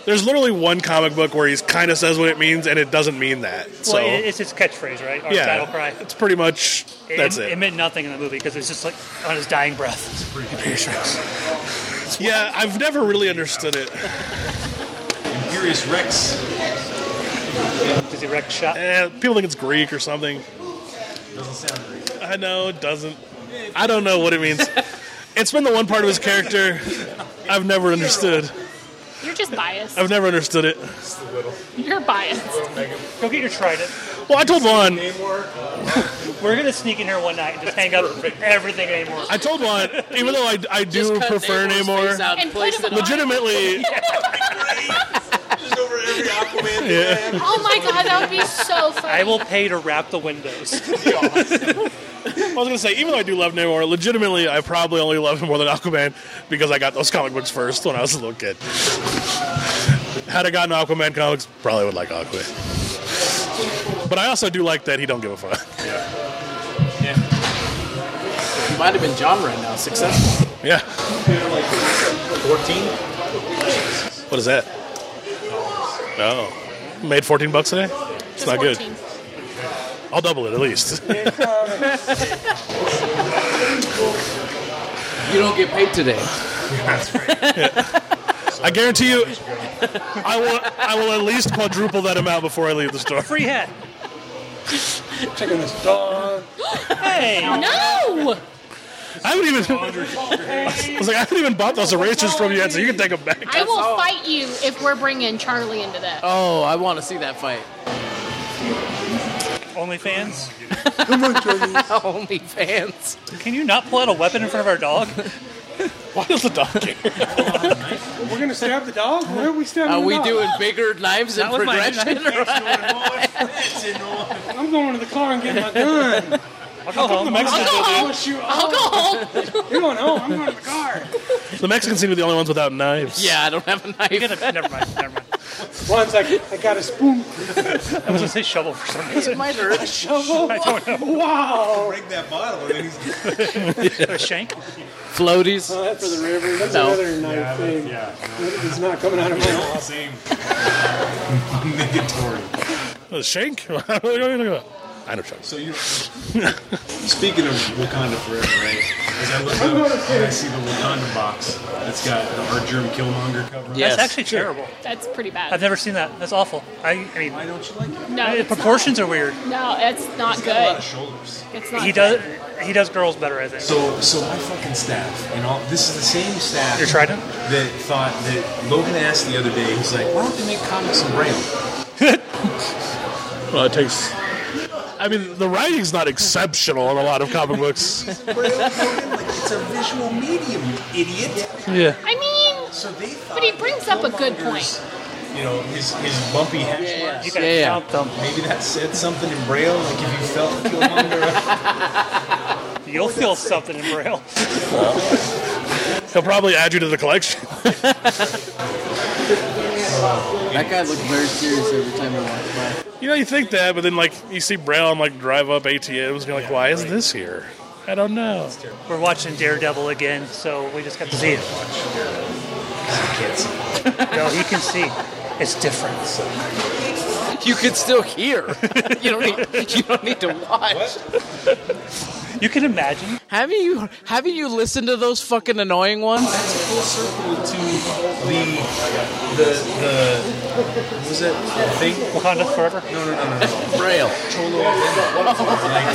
S2: There's literally one comic book where he's kind of says what it means, and it doesn't mean that. so,
S5: well, it, it's his catchphrase, right? Or
S2: yeah,
S5: battle cry.
S2: it's pretty much that's it.
S5: It meant nothing in the movie because it's just like on his dying breath.
S2: yeah, I've never really understood it.
S4: Furious Rex.
S5: Does he wreck shot?
S2: Eh, people think it's Greek or something.
S4: Doesn't sound great.
S2: I know it doesn't. I don't know what it means. it's been the one part of his character I've never understood.
S7: You're just biased.
S2: I've never understood it.
S7: You're biased.
S5: Go get your trident.
S2: Well, I told Vaughn,
S5: We're gonna sneak in here one night and just hang up everything anymore.
S2: I told Juan, even though I, I do prefer Namor,
S7: And place the
S2: legitimately,
S4: Just over every Aquaman.
S2: yeah,
S7: Oh my god, that would be so funny.
S5: I will pay to wrap the windows.
S2: I was gonna say, even though I do love Namor, legitimately, I probably only love him more than Aquaman because I got those comic books first when I was a little kid. Had I gotten Aquaman comics, probably would like Aquaman. But I also do like that he don't give a fuck.
S6: He might have been John right now, successful.
S2: Yeah.
S4: 14?
S2: What is that? Oh. Made 14 bucks today? It's
S7: Just
S2: not good.
S7: 14.
S2: I'll double it at least.
S6: You don't get paid today.
S2: I guarantee you, I will. I will at least quadruple that amount before I leave the store.
S5: Free hat.
S8: Checking this dog.
S5: Hey,
S7: No!
S2: I haven't even. I was like, I haven't even bought those erasers from you yet, so you can take them back.
S7: I will fight you if we're bringing Charlie into that.
S6: Oh, I want to see that fight.
S5: OnlyFans.
S6: Only fans.
S5: Can you not pull out a weapon in front of our dog?
S2: Why does the dog care?
S8: We're gonna stab the dog. Why are we stabbing?
S3: Are
S8: the
S3: Uh, we
S8: dog?
S3: doing bigger knives in
S5: Not with my new
S3: progression?
S8: I'm going to the car and getting my gun.
S5: I'll go home.
S2: Mexican
S8: I'll push you.
S7: Oh,
S8: I'll go home. You're going home. I'm going to the car.
S2: The Mexicans seem to be the only ones without knives.
S3: yeah, I don't have a
S5: You
S3: knife.
S5: get a, never mind. Never mind.
S8: Once I, I got a
S5: I
S8: spoon
S5: was gonna say shovel for some reason.
S8: shovel. Wow.
S4: Break that bottle, and then he's
S5: a shank.
S3: Floaties.
S8: Well, That's for the river. That's
S3: No.
S8: another knife thing. It's not coming out of my mouth.
S4: same. Negatory.
S2: A shank? I know Chuck.
S4: So you. Speaking of Wakanda forever, right? As I look
S8: I'm
S4: up,
S8: gonna say-
S4: and I see the Wakanda box. It's got the Art Germ Killmonger cover.
S3: Yes.
S5: That's actually terrible.
S7: That's pretty
S5: I've
S7: bad.
S5: never seen that. That's awful. I, I mean,
S4: Why don't you like it?
S7: No,
S5: the
S7: it's not-
S5: proportions are weird.
S7: No, it's not
S4: It's got a lot
S7: good.
S4: of shoulders.
S7: It's not.
S5: He does. He does girls better, I think.
S4: So, so my fucking staff, and all this is the same staff.
S5: You're trying to?
S4: That thought that Logan asked the other day. He's like, "Why don't they make comics in braille?"
S2: Well, it takes. I mean, the writing's not exceptional in a lot of comic books.
S4: Braille, Logan, like it's a visual medium, you idiot.
S2: yeah.
S7: I mean,
S4: So they thought.
S7: But he brings up a good
S4: Killmonger's, You know, his his bumpy head.
S5: You
S3: Yeah, yeah.
S5: gotta dump them.
S4: Maybe that said something in braille. Like if you felt Killmonger,
S5: You'll feel something in braille.
S2: He'll probably add you to the collection.
S3: That guy looks very serious every time he walks by.
S2: You know, you think that, but then, like, you see Braille on, like, drive up ATMs, and you're like, why is this here? I don't know.
S5: We're watching Daredevil again, so we just got to see it. No, he can see. It's different.
S3: You can still hear. you don't need. You don't need to watch.
S5: You can imagine.
S3: Haven't you? Haven't you listened to those fucking annoying ones?
S4: that's full circle to the the the what was it the thing?
S5: Wakanda forever.
S4: No, no, no, no, no.
S3: Braille.
S4: Cholo like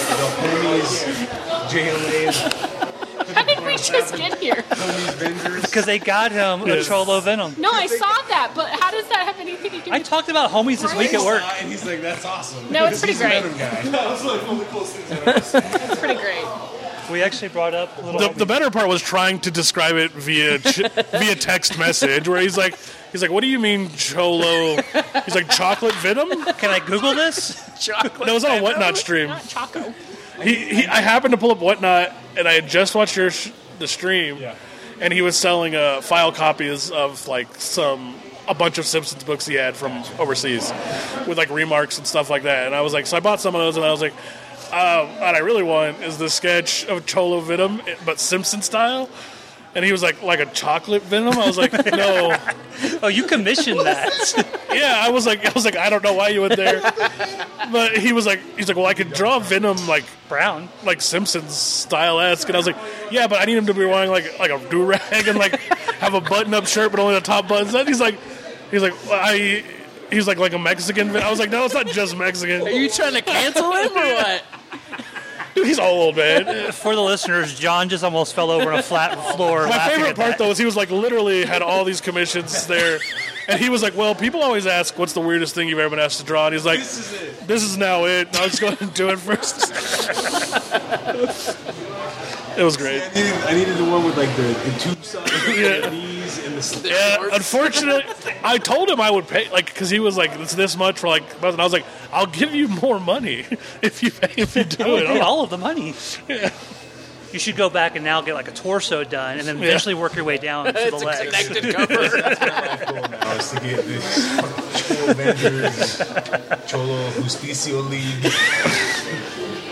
S4: the homies, JLA,
S7: How did we just get here?
S4: homies, vendors.
S5: Because they got him a Trollo Venom.
S7: No, I saw that, but how does that have anything to do
S5: I
S7: with?
S5: talked about homies this week at work.
S4: And he's like, that's awesome.
S7: No, it's pretty
S4: He's another guy.
S7: great. It's pretty great.
S5: We actually brought up little.
S2: The,
S5: homies.
S2: the better part was trying to describe it via ch- via text message, where he's like, he's like, what do you mean cholo? He's like, chocolate venom?
S5: Can I Google this?
S2: That was on a whatnot stream.
S7: Not Choco.
S2: He, he I happened to pull up whatnot, and I had just watched your sh- the stream, and he was selling uh, file copies of like some a bunch of Simpsons books he had from overseas, with like remarks and stuff like that. And I was like, so I bought some of those, and I was like. Uh, what I really want is the sketch of Cholo Venom, but Simpson style. And he was like, like a chocolate Venom. I was like, no,
S5: Oh, you commissioned that.
S2: yeah, I was like, I was like, I don't know why you went there. But he was like, he's like, well, I could draw Venom like
S5: Brown.
S2: like Simpsons style esque, and I was like, yeah, but I need him to be wearing like like a do rag and like have a button up shirt, but only the top buttons. And he's like, he's like, well, I. He's like like a Mexican. I was like, no, it's not just
S3: Are
S2: Mexican.
S3: you trying to cancel him or what?
S2: Dude, he's old man.
S5: For the listeners, John just almost fell over on a flat floor.
S2: My
S5: laughing
S2: favorite
S5: at
S2: part
S5: that.
S2: though is he was like literally had all these commissions there, and he was like, well, people always ask what's the weirdest thing you've ever been asked to draw, and he's like, this is it. This is now it. And I was going to do it first. it was great.
S4: I needed, I needed the one with like the, the tube side, the knees, and the slit.
S2: Yeah, unfortunately, I told him I would pay, like, because he was like, it's this much for like, and I was like, I'll give you more money if you pay, if you do
S5: We paid
S2: it.
S5: all of the money. You should go back and now get like a torso done, and then eventually work your way down to the
S3: It's a
S5: legs.
S3: connected cover.
S4: I was to get this Cholo vendors, Cholo Justicio League.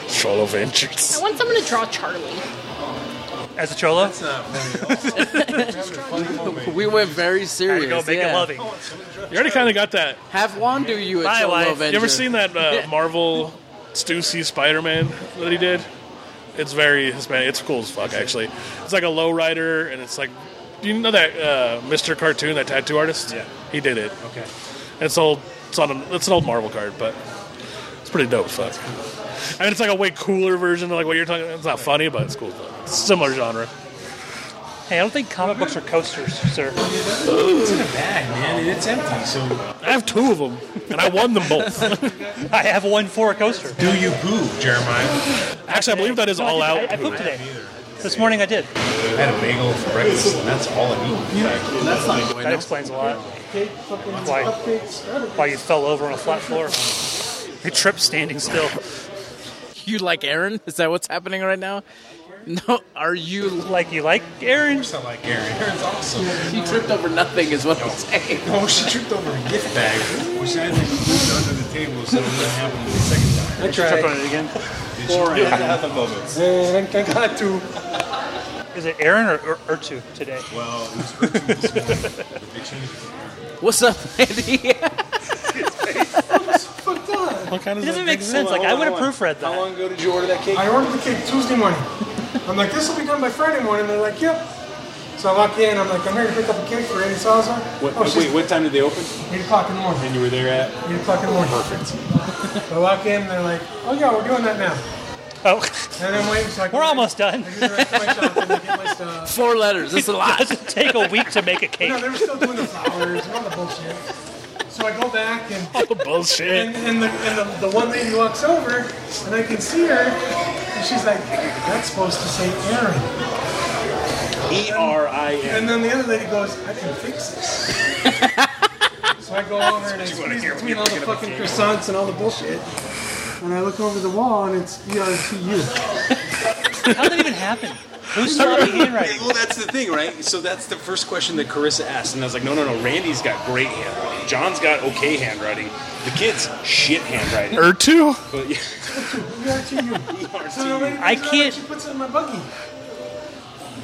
S2: Solo Ventures.
S7: I want someone to draw Charlie.
S5: As a cholo,
S4: It's not funny.
S3: We went very
S5: gotta
S3: serious.
S5: go make
S3: yeah.
S5: it loving.
S2: You already kind of got that.
S3: Have Juan do you a
S5: Bye,
S3: Cholo
S5: wife. You
S3: Avenger.
S2: You ever seen that uh, Marvel Stussy Spider Man that he did? It's very Hispanic. It's cool as fuck, actually. It's like a lowrider, and it's like, do you know that uh, Mr. Cartoon, that tattoo artist?
S4: Yeah.
S2: He did it.
S4: Okay.
S2: It's old. It's on. A, it's an old Marvel card, but it's pretty dope. as Fuck. I mean, it's like a way cooler version of like what you're talking. It's not funny, but it's cool. Though. It's similar genre.
S5: Hey, I don't think comic books are coasters, sir.
S4: It's in a bag, man, and it's empty. So
S2: I have two of them, and I won them both.
S5: I have one for a coaster.
S4: do you poo, Jeremiah?
S2: Actually, I believe that is
S5: No, I
S2: all
S5: did-
S2: out.
S5: I, I pooped today. This morning I did.
S4: I had a bagel for breakfast, and that's all I eat.
S6: That's not
S5: That explains a lot. Why, why you fell over on a flat floor. You tripped standing still.
S3: You like Aaron? Is that what's happening right now? No, are you?
S5: Like you like Aaron?
S4: It's not like Aaron. Aaron's awesome.
S6: You tripped over nothing, is what I'm saying.
S4: Oh, she tripped over a gift bag, which I had to put under the table so it wouldn't happen the second time.
S8: I tried.
S5: Tripped on it again.
S4: Did she really have the moments?
S8: And I got to.
S5: Is it Aaron or, or Ertu today?
S4: Well, it was her too this morning, but they changed it.
S3: What's up, Andy?
S8: Fucked up.
S2: What kind
S5: It
S2: of
S5: doesn't make sense. Like I would have proofread
S9: How
S5: that.
S9: long ago did you order that cake?
S8: I ordered the cake Tuesday morning. I'm like, this will be done by Friday morning. They're like, yep. So I walk in. I'm like, I'm here to pick up a cake for Andy Salazar.
S9: What,
S8: oh, she's
S9: wait, what time did they open?
S8: eight o'clock in the morning.
S9: And you were there at?
S8: Eight o'clock in the morning. Perfect. I walk in. and They're like, oh yeah, we're doing that now.
S5: Oh,
S8: And I'm waiting. So I can
S5: we're almost done.
S8: I get the rest of my shop and I get my stuff.
S3: Four letters. It's a lot.
S5: Doesn't take a week to make a
S8: No,
S5: cake.
S8: they were still doing the flowers and all the bullshit. So I go back and
S2: bullshit?
S8: and, and, the, and the, the one lady walks over and I can see her and she's like, that's supposed to say Aaron.
S9: E R I N.
S8: And then the other lady goes, I can fix this. so I go over and I squeeze between all the fucking croissants and all the bullshit. And I look over the wall and it's E ERTU.
S5: How did that even happen? Who's not the handwriting?
S9: Well, that's the thing, right? So that's the first question that Carissa asked, and I was like, no, no, no. Randy's got great handwriting. John's got okay handwriting. The kids shit handwriting.
S4: Er-
S2: Or two?
S9: But yeah,
S8: E ERTU. So the
S9: ERT.
S8: lady
S5: I
S8: comes out
S5: can't-
S8: and She puts it in my buggy.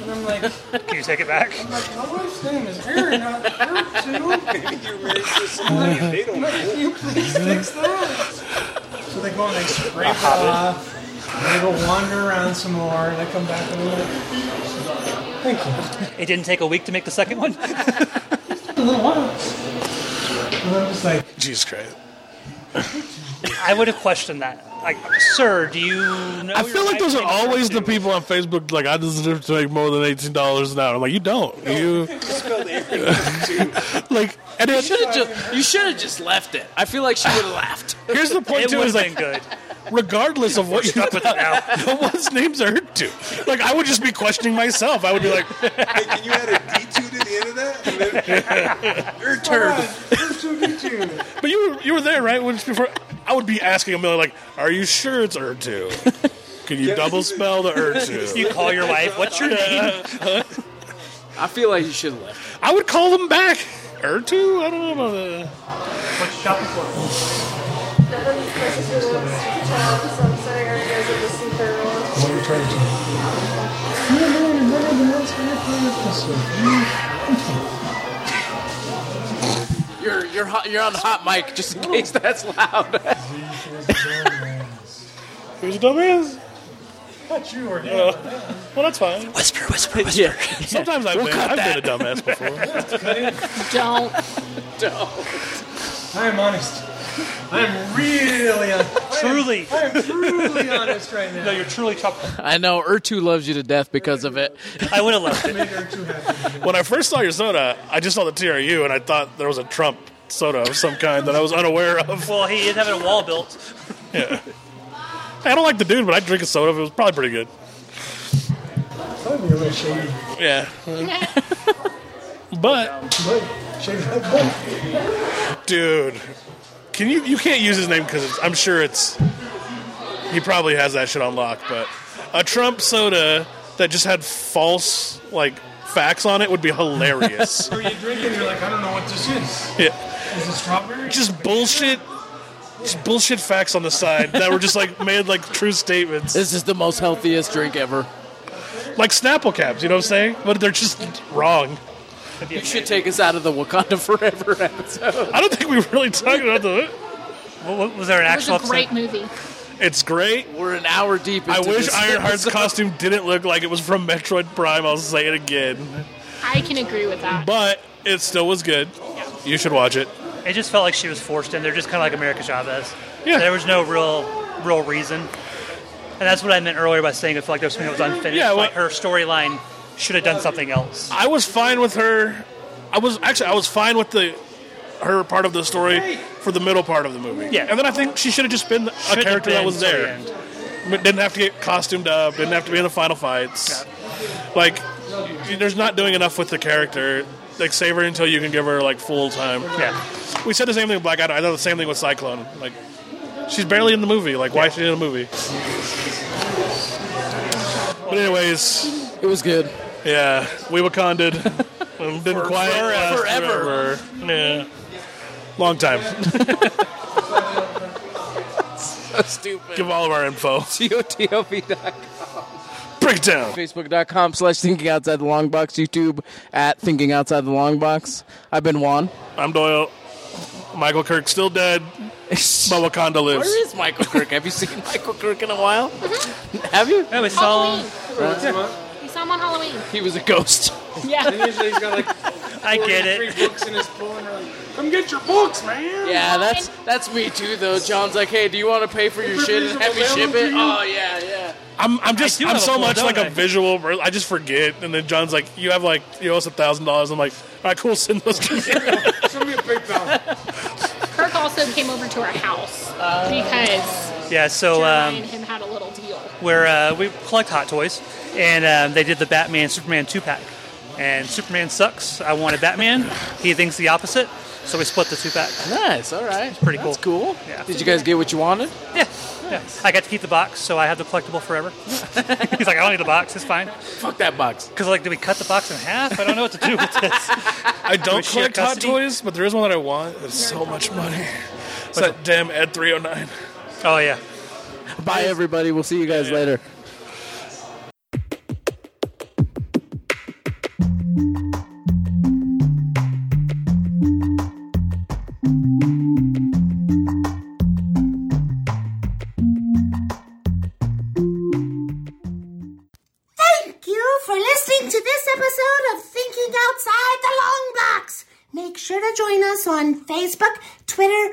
S8: And I'm like,
S5: Can you take it back?
S8: like my wife's name is Aaron, not ERTU.
S9: You're married to somebody. and They don't know.
S8: Can you please fix that? So they go and they scrape it off. and They go wander around some more, and I come back and I'm like, thank you.
S5: It didn't take a week to make the second one.
S8: A little while. And I'm just like,
S2: Jesus Christ.
S5: I would have questioned that. Like, sir, do you know?
S2: I feel like those are always the people on Facebook like I deserve to make more than eighteen dollars an hour. I'm like you don't. You
S9: Spelled Aaron too.
S2: like and then,
S6: Should have just. You should have just left it. I feel like she would have laughed.
S2: here's the point
S5: It
S2: too
S5: would
S2: is
S5: have
S2: like
S5: been good.
S2: regardless of what you
S5: Stop it now.
S2: no one's names are heard to. Like I would just be questioning myself. I would be like,
S9: Hey, can you add a D2 to the end of that? And then, your turn.
S8: turd.
S2: but you were, you were there right when before. I would be asking a million like, are you sure it's Urtu? Can you double spell the Urtu?
S5: You call your wife. What's your name?
S6: I feel like you should have left.
S2: I would call them back. Urtu? I don't know about that.
S8: What's shopping for? What are you trying to do? You alone and none of the ones here for this one.
S6: You're you're hot, you're on hot mic just in case that's loud.
S2: Who's a dumbass?
S8: Not you or him.
S2: Well, that's fine.
S6: Whisper, whisper, whisper. Yeah.
S2: Sometimes I've, been, I've been a dumbass before.
S7: Don't.
S8: I'm honest. I'm really honest.
S5: Truly.
S8: I'm truly honest right now.
S5: No, you're truly top.
S6: I know Ertu loves you to death because of it.
S5: I would have loved it.
S8: Made her too happy.
S2: When I first saw your soda, I just saw the TRU and I thought there was a Trump soda of some kind that I was unaware of.
S5: Well, he is having a wall built.
S2: I don't like the dude, but I'd drink a soda. It was probably pretty good.
S8: Probably a little shady.
S2: Yeah. But,
S8: But shady like bull.
S2: dude, can you you can't use his name because I'm sure it's he probably has that shit on lock. But a Trump soda that just had false like facts on it would be hilarious.
S8: Or you drink it and you're like, I don't know what this is.
S2: yeah.
S8: Is it strawberry?
S2: just bullshit just bullshit facts on the side that were just like made like true statements
S6: This is the most healthiest drink ever.
S2: like snapple caps you know what i'm saying but they're just wrong
S6: You should take us out of the Wakanda Forever episode.
S2: i don't think we really talked about the
S5: What- what- Was there an
S7: It was
S5: actual
S7: a
S5: episode?
S7: great movie.
S2: it's great
S6: We're an hour deep. Into
S2: i wish
S6: this
S2: ironheart's
S6: episode.
S2: costume didn't look like it was from metroid prime i'll say it again
S7: I can agree with that.
S2: but it still was good you should watch it
S5: It just felt like she was forced in there, just kind of like America Chavez.
S2: Yeah.
S5: There was no real, real reason, and that's what I meant earlier by saying I feel like there was something that was unfinished.
S2: Yeah, well-
S5: like her storyline should have done something else.
S2: i was fine with her i was actually i was fine with the her part of the story for the middle part of the movie
S5: Yeah.
S2: and then i think she should have just been a
S5: Shouldn't have
S2: character that
S5: been
S2: was
S5: till the
S2: there
S5: end.
S2: But didn't have to get costumed up, didn't have to be in the final fights. like y- there's not doing enough with the character. Like save her until you can give her like full time.
S5: Yeah.
S2: We said the same thing with Black Adam. I thought the same thing with Cyclone. Like she's barely in the movie. Like why is she in a movie? But anyways.
S3: It was good.
S2: Yeah, we Wakanded. We've been quiet uh,
S6: forever.
S2: forever. Yeah, long time.
S6: Stupid.
S2: Give all of our info.
S3: T-O-T-O-V.com.
S2: Breakdown.
S3: Facebook.com slash thinking outside the long box. YouTube at thinking outside the long box. I've been Juan.
S2: I'm Doyle. Michael Kirk still dead, but Wakanda lives.
S6: Where is Michael Kirk? Have you seen Michael Kirk in a while? Mm-hmm. Have you?
S5: No, we saw him.
S7: We saw him on Halloween.
S6: He was a ghost.
S7: Yeah.
S8: Usually he's got like
S5: I get
S8: three
S5: it.
S8: books in his pool and they're like, come get your books, man.
S6: Yeah, that's that's me too though. John's like, hey, do you want to pay for your shit and have me
S8: reasonable
S6: ship
S8: value
S6: it?
S8: to you?
S6: Oh yeah, yeah.
S2: I'm, I'm just,
S5: do
S2: I'm
S5: have a
S2: so
S5: pool,
S2: much
S5: don't
S2: like a
S5: I?
S2: visual. ver- I just forget, and then John's like, "You have like, you owe us a thousand dollars." I'm like, "All right, cool, send those." to me."
S8: Send me a PayPal.
S7: Kirk also came over to our house because
S5: Yeah, so
S7: Jeremiah
S5: um,
S7: and him had a little deal.
S5: where uh, we collect hot toys, and um, they did the Batman Superman two pack. And Superman sucks. I wanted Batman. he thinks the opposite. So we split the two pack.
S6: Nice. All right.
S5: pretty
S6: That's
S5: cool.
S6: cool.
S5: Yeah.
S6: Did you guys get what you wanted?
S5: Yeah, yeah. I got to keep the box, so I have the collectible forever. He's like, I don't need the box. It's fine.
S6: Fuck that box.
S5: Because like, do we cut the box in half? I don't know what to do with this.
S2: I don't
S5: share
S2: collect hot
S5: custody?
S2: toys, but there is one that I want. It's so much money. It's that damn Ed 309.
S5: Oh yeah.
S3: Bye, everybody. We'll see you guys later.
S10: Thank you for listening to this episode of Thinking Outside the Long Box. Make sure to join us on Facebook, Twitter,